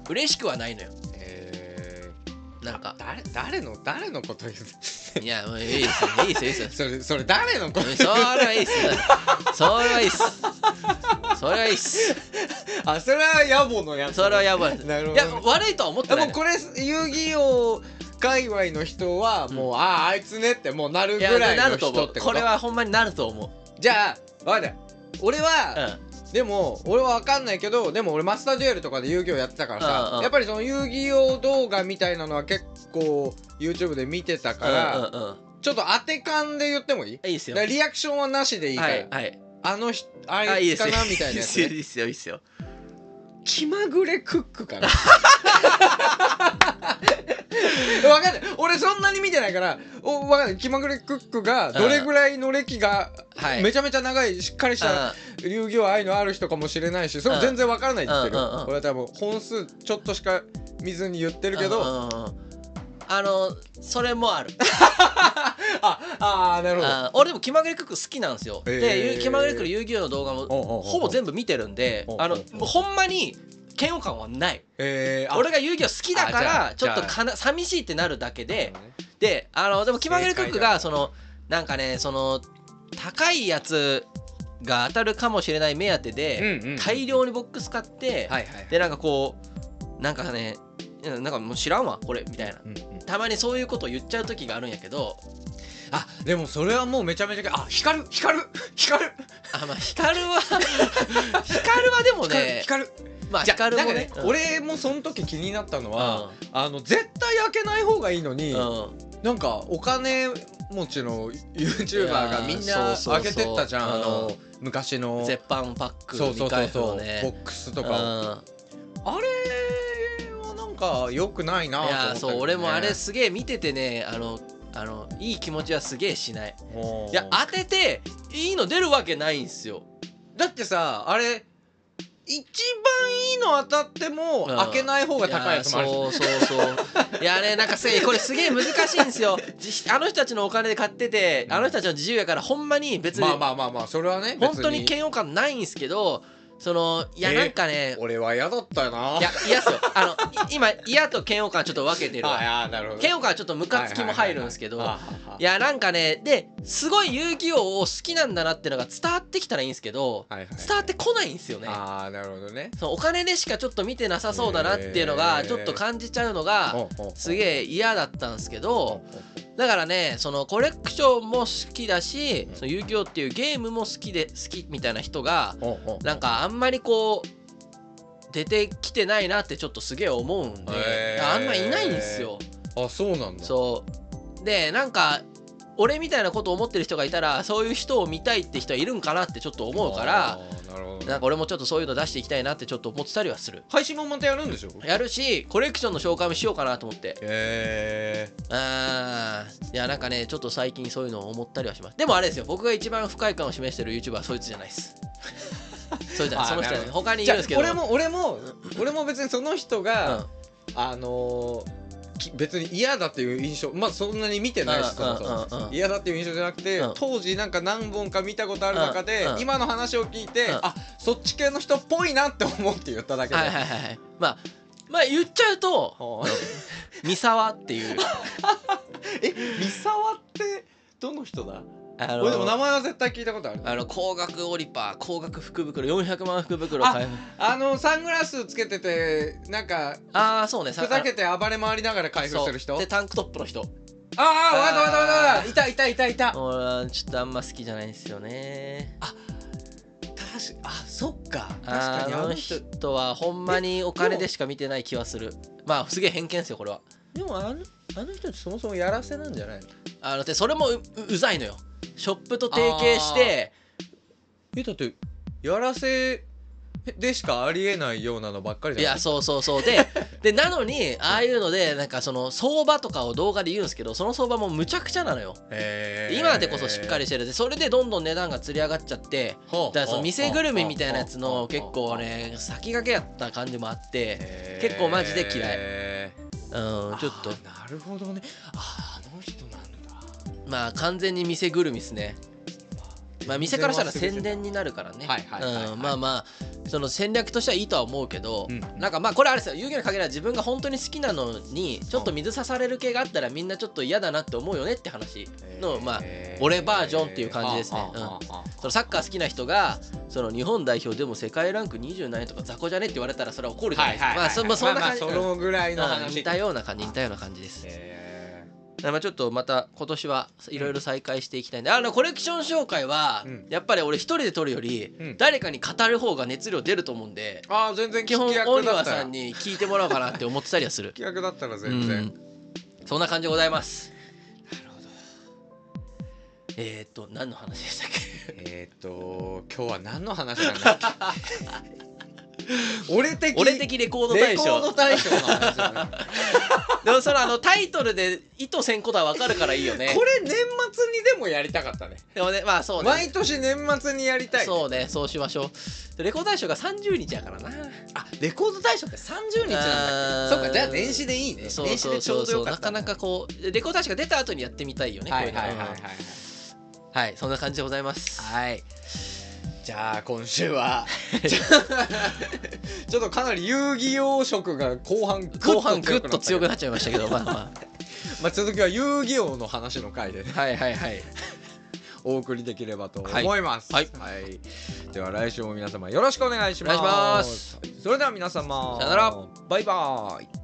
[SPEAKER 1] 嬉しくはないのよ
[SPEAKER 2] え
[SPEAKER 1] なんか
[SPEAKER 2] ー誰誰の誰のこと言う
[SPEAKER 1] いやもういいですよいいですよいいですよ
[SPEAKER 2] それそれ誰のこ
[SPEAKER 1] そ
[SPEAKER 2] と
[SPEAKER 1] れはいいっすそれはいいっすそれはいいっす
[SPEAKER 2] あそれは野暮のやつ
[SPEAKER 1] それはやばいっすい
[SPEAKER 2] なるほどね
[SPEAKER 1] や悪いとは思って
[SPEAKER 2] で
[SPEAKER 1] ない
[SPEAKER 2] も
[SPEAKER 1] の
[SPEAKER 2] これ遊戯王界隈の人はもう、あああいつねってもうなる
[SPEAKER 1] い
[SPEAKER 2] ぐ
[SPEAKER 1] や
[SPEAKER 2] らい
[SPEAKER 1] な
[SPEAKER 2] の
[SPEAKER 1] ると
[SPEAKER 2] 人っ
[SPEAKER 1] 思う
[SPEAKER 2] てこと
[SPEAKER 1] これはほんまになると思う
[SPEAKER 2] じゃあわかった俺
[SPEAKER 1] う
[SPEAKER 2] は、
[SPEAKER 1] ん
[SPEAKER 2] でも俺は分かんないけどでも俺マスターデュエルとかで遊戯王やってたからさ、
[SPEAKER 1] うんうん
[SPEAKER 2] やっぱりその遊戯王動画みたいなのは結構 YouTube で見てたから、
[SPEAKER 1] うんうんうん
[SPEAKER 2] ちょっと当て感で言ってもいい
[SPEAKER 1] いいっす
[SPEAKER 2] だ
[SPEAKER 1] よ
[SPEAKER 2] からリアクションはなしでいいから、
[SPEAKER 1] はいはい
[SPEAKER 2] あの人あ
[SPEAKER 1] あ
[SPEAKER 2] い
[SPEAKER 1] い
[SPEAKER 2] つかなみたいなやつ、ね、
[SPEAKER 1] いっすよいいっすよ
[SPEAKER 2] 気まぐれクックかなわかんない俺そんなに見てないからおわかんない気まぐれクックがどれぐらいの歴が
[SPEAKER 1] はい
[SPEAKER 2] めちゃめちゃ長いしっかりした遊戯王愛のある人かもしれないしそれも全然わからないって言ってる
[SPEAKER 1] うんうんうん
[SPEAKER 2] 俺は多分本数ちょっとしか見ずに言ってるけど
[SPEAKER 1] うんうんうんあのそれもある
[SPEAKER 2] ああーなるほど
[SPEAKER 1] あー俺でも気まぐれクック好きなんですよ
[SPEAKER 2] へー
[SPEAKER 1] でゆ気まぐれクックの遊戯王の動画もほ
[SPEAKER 2] ほ
[SPEAKER 1] ぼ全部見てるんで
[SPEAKER 2] ほうほう
[SPEAKER 1] あの
[SPEAKER 2] ほう
[SPEAKER 1] もうほんまに嫌悪感はない
[SPEAKER 2] えーあ
[SPEAKER 1] 俺が遊戯王好きだか
[SPEAKER 2] あじゃ
[SPEAKER 1] ら
[SPEAKER 2] あ
[SPEAKER 1] ちょっとかな寂しいってなるだけで
[SPEAKER 2] なるほどね
[SPEAKER 1] でであのでも気まぐれクックが
[SPEAKER 2] 正
[SPEAKER 1] そのなんかねその高いやつが当たるかもしれない目当て
[SPEAKER 2] うん
[SPEAKER 1] で、
[SPEAKER 2] うんうん
[SPEAKER 1] 大量にボックス買って、
[SPEAKER 2] はいはい
[SPEAKER 1] でなんかこうなんかねうんなんかもう知らんわこれみたいな
[SPEAKER 2] うんうん
[SPEAKER 1] たまにそういうことを言っちゃう時があるんやけど
[SPEAKER 2] あでもそれはもうめちゃめちゃあ光る光る光る
[SPEAKER 1] あまあ光 は光はでも
[SPEAKER 2] 光る
[SPEAKER 1] ね
[SPEAKER 2] 光る
[SPEAKER 1] まあ
[SPEAKER 2] じゃあ
[SPEAKER 1] 光もね
[SPEAKER 2] なんかね俺もその時気になったのは、
[SPEAKER 1] は
[SPEAKER 2] あの絶対開けない方がいいの
[SPEAKER 1] う
[SPEAKER 2] に、
[SPEAKER 1] ん、うん
[SPEAKER 2] なんかお金持ちの YouTuber がみん
[SPEAKER 1] いやー
[SPEAKER 2] な
[SPEAKER 1] そうそうそう
[SPEAKER 2] 開けてったじゃんあ
[SPEAKER 1] う
[SPEAKER 2] の昔の
[SPEAKER 1] 絶版パック
[SPEAKER 2] そうそ
[SPEAKER 1] 未
[SPEAKER 2] うそ
[SPEAKER 1] 開
[SPEAKER 2] うそ
[SPEAKER 1] 封
[SPEAKER 2] う、
[SPEAKER 1] ね
[SPEAKER 2] ボックスとか
[SPEAKER 1] うん
[SPEAKER 2] あれはなんか良くないない
[SPEAKER 1] やー
[SPEAKER 2] と
[SPEAKER 1] そう
[SPEAKER 2] 思ったけどね
[SPEAKER 1] 俺もあれすげえ見ててねあのあのいい気持ちはすげえしない
[SPEAKER 2] もう
[SPEAKER 1] いや当てていいの出るわけないんすよ
[SPEAKER 2] だってさあれ一番いいの当たっても
[SPEAKER 1] うん
[SPEAKER 2] 開けない方が高いやつもある
[SPEAKER 1] い
[SPEAKER 2] し
[SPEAKER 1] やーそうそうそういやねなんかせこれすげえ難しいんですよじあの人たちのお金で買っててあの人たちの自由やからほんまに別に、
[SPEAKER 2] まあまあまあまあそれはね
[SPEAKER 1] 本当に
[SPEAKER 2] 別
[SPEAKER 1] 嫌悪感ないんすけどそのいや
[SPEAKER 2] え
[SPEAKER 1] なんかね、
[SPEAKER 2] 俺は嫌だったよない
[SPEAKER 1] や嫌っすよあのい今嫌と嫌悪感ちょっと分けてるわ
[SPEAKER 2] ああなるほど
[SPEAKER 1] 嫌悪感はちょっとムカつきも入るんですけど、
[SPEAKER 2] はい
[SPEAKER 1] やなんかねですごい遊戯王を好きなんだなってのが伝わってきたらいいんですけど
[SPEAKER 2] いはいはいはいはいはい
[SPEAKER 1] 伝わってこないんですよね。
[SPEAKER 2] ああなるほどね
[SPEAKER 1] そのお金でしかちょっと見てなさそうだなっていうのが
[SPEAKER 2] へー
[SPEAKER 1] ちょっと感じちゃうのがす
[SPEAKER 2] え
[SPEAKER 1] げえ嫌だったんですけどだからねそのコレクションも好きだしその遊戯王っていうゲームも好きで好きみたいな人がなんかあんまりこう出てきてないなってちょっとすげえ思うん
[SPEAKER 2] へ
[SPEAKER 1] で
[SPEAKER 2] ー
[SPEAKER 1] あんまいないんですよ。
[SPEAKER 2] あそうなんだ
[SPEAKER 1] そうでなんか俺みたいなこと思ってる人がいたらそういう人を見たいって人はいるんかなってちょっと思うか
[SPEAKER 2] あ
[SPEAKER 1] ら
[SPEAKER 2] ーなるほど
[SPEAKER 1] なんか
[SPEAKER 2] ね
[SPEAKER 1] 俺もちょっとそういうの出していきたいなってちょっと思ってたりはする
[SPEAKER 2] 配信もまたやるんでしょ
[SPEAKER 1] やるしコレクションの紹介もしようかなと思って
[SPEAKER 2] へえ
[SPEAKER 1] あーいやなんかねちょっと最近そういうのを思ったりはしますでもあれですよ僕が一番不快感を示してる YouTuber はそいつじゃないです そいつじゃない
[SPEAKER 2] あー
[SPEAKER 1] その人じゃない
[SPEAKER 2] なる
[SPEAKER 1] 他にい
[SPEAKER 2] じ
[SPEAKER 1] るん
[SPEAKER 2] ゃあ
[SPEAKER 1] ですけど
[SPEAKER 2] 俺も俺も俺も別にその人
[SPEAKER 1] うん
[SPEAKER 2] があのーき別に嫌だっていう印象まあそんなに見てないしそもそも
[SPEAKER 1] うんうんうんうん
[SPEAKER 2] 嫌だっていう印象じゃなくて、
[SPEAKER 1] うん
[SPEAKER 2] 当時なんか何本か見たことある中で、
[SPEAKER 1] うんうん
[SPEAKER 2] 今の話を聞いて、
[SPEAKER 1] うん
[SPEAKER 2] あそっち系の人っぽいなって思うって言っただけで、
[SPEAKER 1] はいはいはいはいまあまあ言っちゃうと
[SPEAKER 2] はあ
[SPEAKER 1] 三沢って いう
[SPEAKER 2] え三沢ってどの人だ
[SPEAKER 1] あ
[SPEAKER 2] 俺でも名前は絶対聞いたことある
[SPEAKER 1] あの高額オリパー高額福袋400万福袋
[SPEAKER 2] あ
[SPEAKER 1] 開封
[SPEAKER 2] あのサングラスつけててなんか
[SPEAKER 1] ああそうね
[SPEAKER 2] ふざけて暴れ回りながら開封してる
[SPEAKER 1] そ
[SPEAKER 2] 人
[SPEAKER 1] う
[SPEAKER 2] あ
[SPEAKER 1] でタンクトップの人う
[SPEAKER 2] あーわかったわかったわかったいたいたいたいた
[SPEAKER 1] んちょっとあんま好きじゃないんですよね
[SPEAKER 2] 確かあそっか確
[SPEAKER 1] あ
[SPEAKER 2] かにあ
[SPEAKER 1] あの
[SPEAKER 2] の人
[SPEAKER 1] 人はほんまにお金でしか見てない気はするまあすげえ偏見ですよこれは
[SPEAKER 2] でもあのあの人ってそもそもやらせなんじゃないの
[SPEAKER 1] あのでそれもうううざいのよショップと提携して
[SPEAKER 2] えだってやらせでしかありえないようなのばっかり
[SPEAKER 1] い
[SPEAKER 2] じゃな
[SPEAKER 1] や
[SPEAKER 2] い
[SPEAKER 1] そうそうそう ででなのにああいうのでなんかその相場とかを動画で言うんですけどその相場もむちゃくちゃなのよ
[SPEAKER 2] へー
[SPEAKER 1] 今でこそしっかりしてるでそれでどんどん値段がつり上がっちゃって
[SPEAKER 2] ほう
[SPEAKER 1] だからその店ぐるみみたいなやつ
[SPEAKER 2] ほ
[SPEAKER 1] の
[SPEAKER 2] う
[SPEAKER 1] 結構ね先駆けやった感じもあって
[SPEAKER 2] へー
[SPEAKER 1] 結構マジで嫌い
[SPEAKER 2] へー
[SPEAKER 1] うんちょっと
[SPEAKER 2] あーなるほどねあーあの人なんだ
[SPEAKER 1] まあ完全に店ぐるみですねまあ店からしたら宣伝に
[SPEAKER 2] な
[SPEAKER 1] なるからね
[SPEAKER 2] はいはいはいはい
[SPEAKER 1] うんまあまあその戦略としてはいいとは思うけど
[SPEAKER 2] うん
[SPEAKER 1] なんかまあこれあれですよ遊戯の限らず自分が本当に好きなのにちょっと水差される系があったらみんなちょっと嫌だなって思うよねって話のまあ俺バージョンっていう感じですねうんそのサッカー好きな人がその日本代表でも世界ランク27位とか雑魚じゃねって言われたらそれは怒るじゃないですかまあそまあそんな感じ
[SPEAKER 2] まあそのぐらいの
[SPEAKER 1] うん
[SPEAKER 2] 話
[SPEAKER 1] 似たような感じ似たような感じです
[SPEAKER 2] へ
[SPEAKER 1] まあちょっとまた今年はいろいろ再開していきたいんであのコレクション紹介は
[SPEAKER 2] うん
[SPEAKER 1] やっぱり俺一人で撮るより
[SPEAKER 2] うん
[SPEAKER 1] 誰かに語る方が熱量出ると思うんで
[SPEAKER 2] ーあー全然
[SPEAKER 1] 基本
[SPEAKER 2] 聞き
[SPEAKER 1] オ
[SPEAKER 2] 役
[SPEAKER 1] ニ
[SPEAKER 2] だ
[SPEAKER 1] ワ
[SPEAKER 2] ったら
[SPEAKER 1] さんに聞いてもらおうかなって思ってたりはする
[SPEAKER 2] 聞き役だったら
[SPEAKER 1] う
[SPEAKER 2] 全然、
[SPEAKER 1] んそんな感じでございますえーっと何の話でしたっ け
[SPEAKER 2] えーっと今日は何の話なんだっけ 俺的
[SPEAKER 1] 俺的レコード
[SPEAKER 2] レ
[SPEAKER 1] 大
[SPEAKER 2] コ
[SPEAKER 1] 賞
[SPEAKER 2] ード大賞の話だね
[SPEAKER 1] でもそのあのタイトルで意図せんことは分かるからいいよね
[SPEAKER 2] これ年末にでもやりたかったね
[SPEAKER 1] でもねまあそうね
[SPEAKER 2] 毎年年末にやりたいね
[SPEAKER 1] そうねそうしましょうレコード大賞が30日やからな
[SPEAKER 2] あレコード大賞って30日なんだ
[SPEAKER 1] あ
[SPEAKER 2] っけ
[SPEAKER 1] ー
[SPEAKER 2] そっかじゃあ年始でいいね
[SPEAKER 1] そうそうそう
[SPEAKER 2] 年始でちょうどよか
[SPEAKER 1] な
[SPEAKER 2] った
[SPEAKER 1] かなかこうレコード大賞が出た後にやってみたいよね
[SPEAKER 2] はいはいは
[SPEAKER 1] こ
[SPEAKER 2] い
[SPEAKER 1] う
[SPEAKER 2] は
[SPEAKER 1] う
[SPEAKER 2] い
[SPEAKER 1] のはい、そんな感じでございます
[SPEAKER 2] はいじゃあ今週は ちょっとかなり遊戯王色が後半
[SPEAKER 1] 後半グッと強く
[SPEAKER 2] なっ
[SPEAKER 1] なっちゃいましたけどまあまあ
[SPEAKER 2] まあ、続きは遊戯王の話の回でね
[SPEAKER 1] はいはいはい
[SPEAKER 2] お送りできればと思います。
[SPEAKER 1] はい
[SPEAKER 2] はいでは来週も皆様よろしくお願いします。
[SPEAKER 1] お願いします
[SPEAKER 2] それでは皆様、
[SPEAKER 1] さよなら
[SPEAKER 2] バイバイ。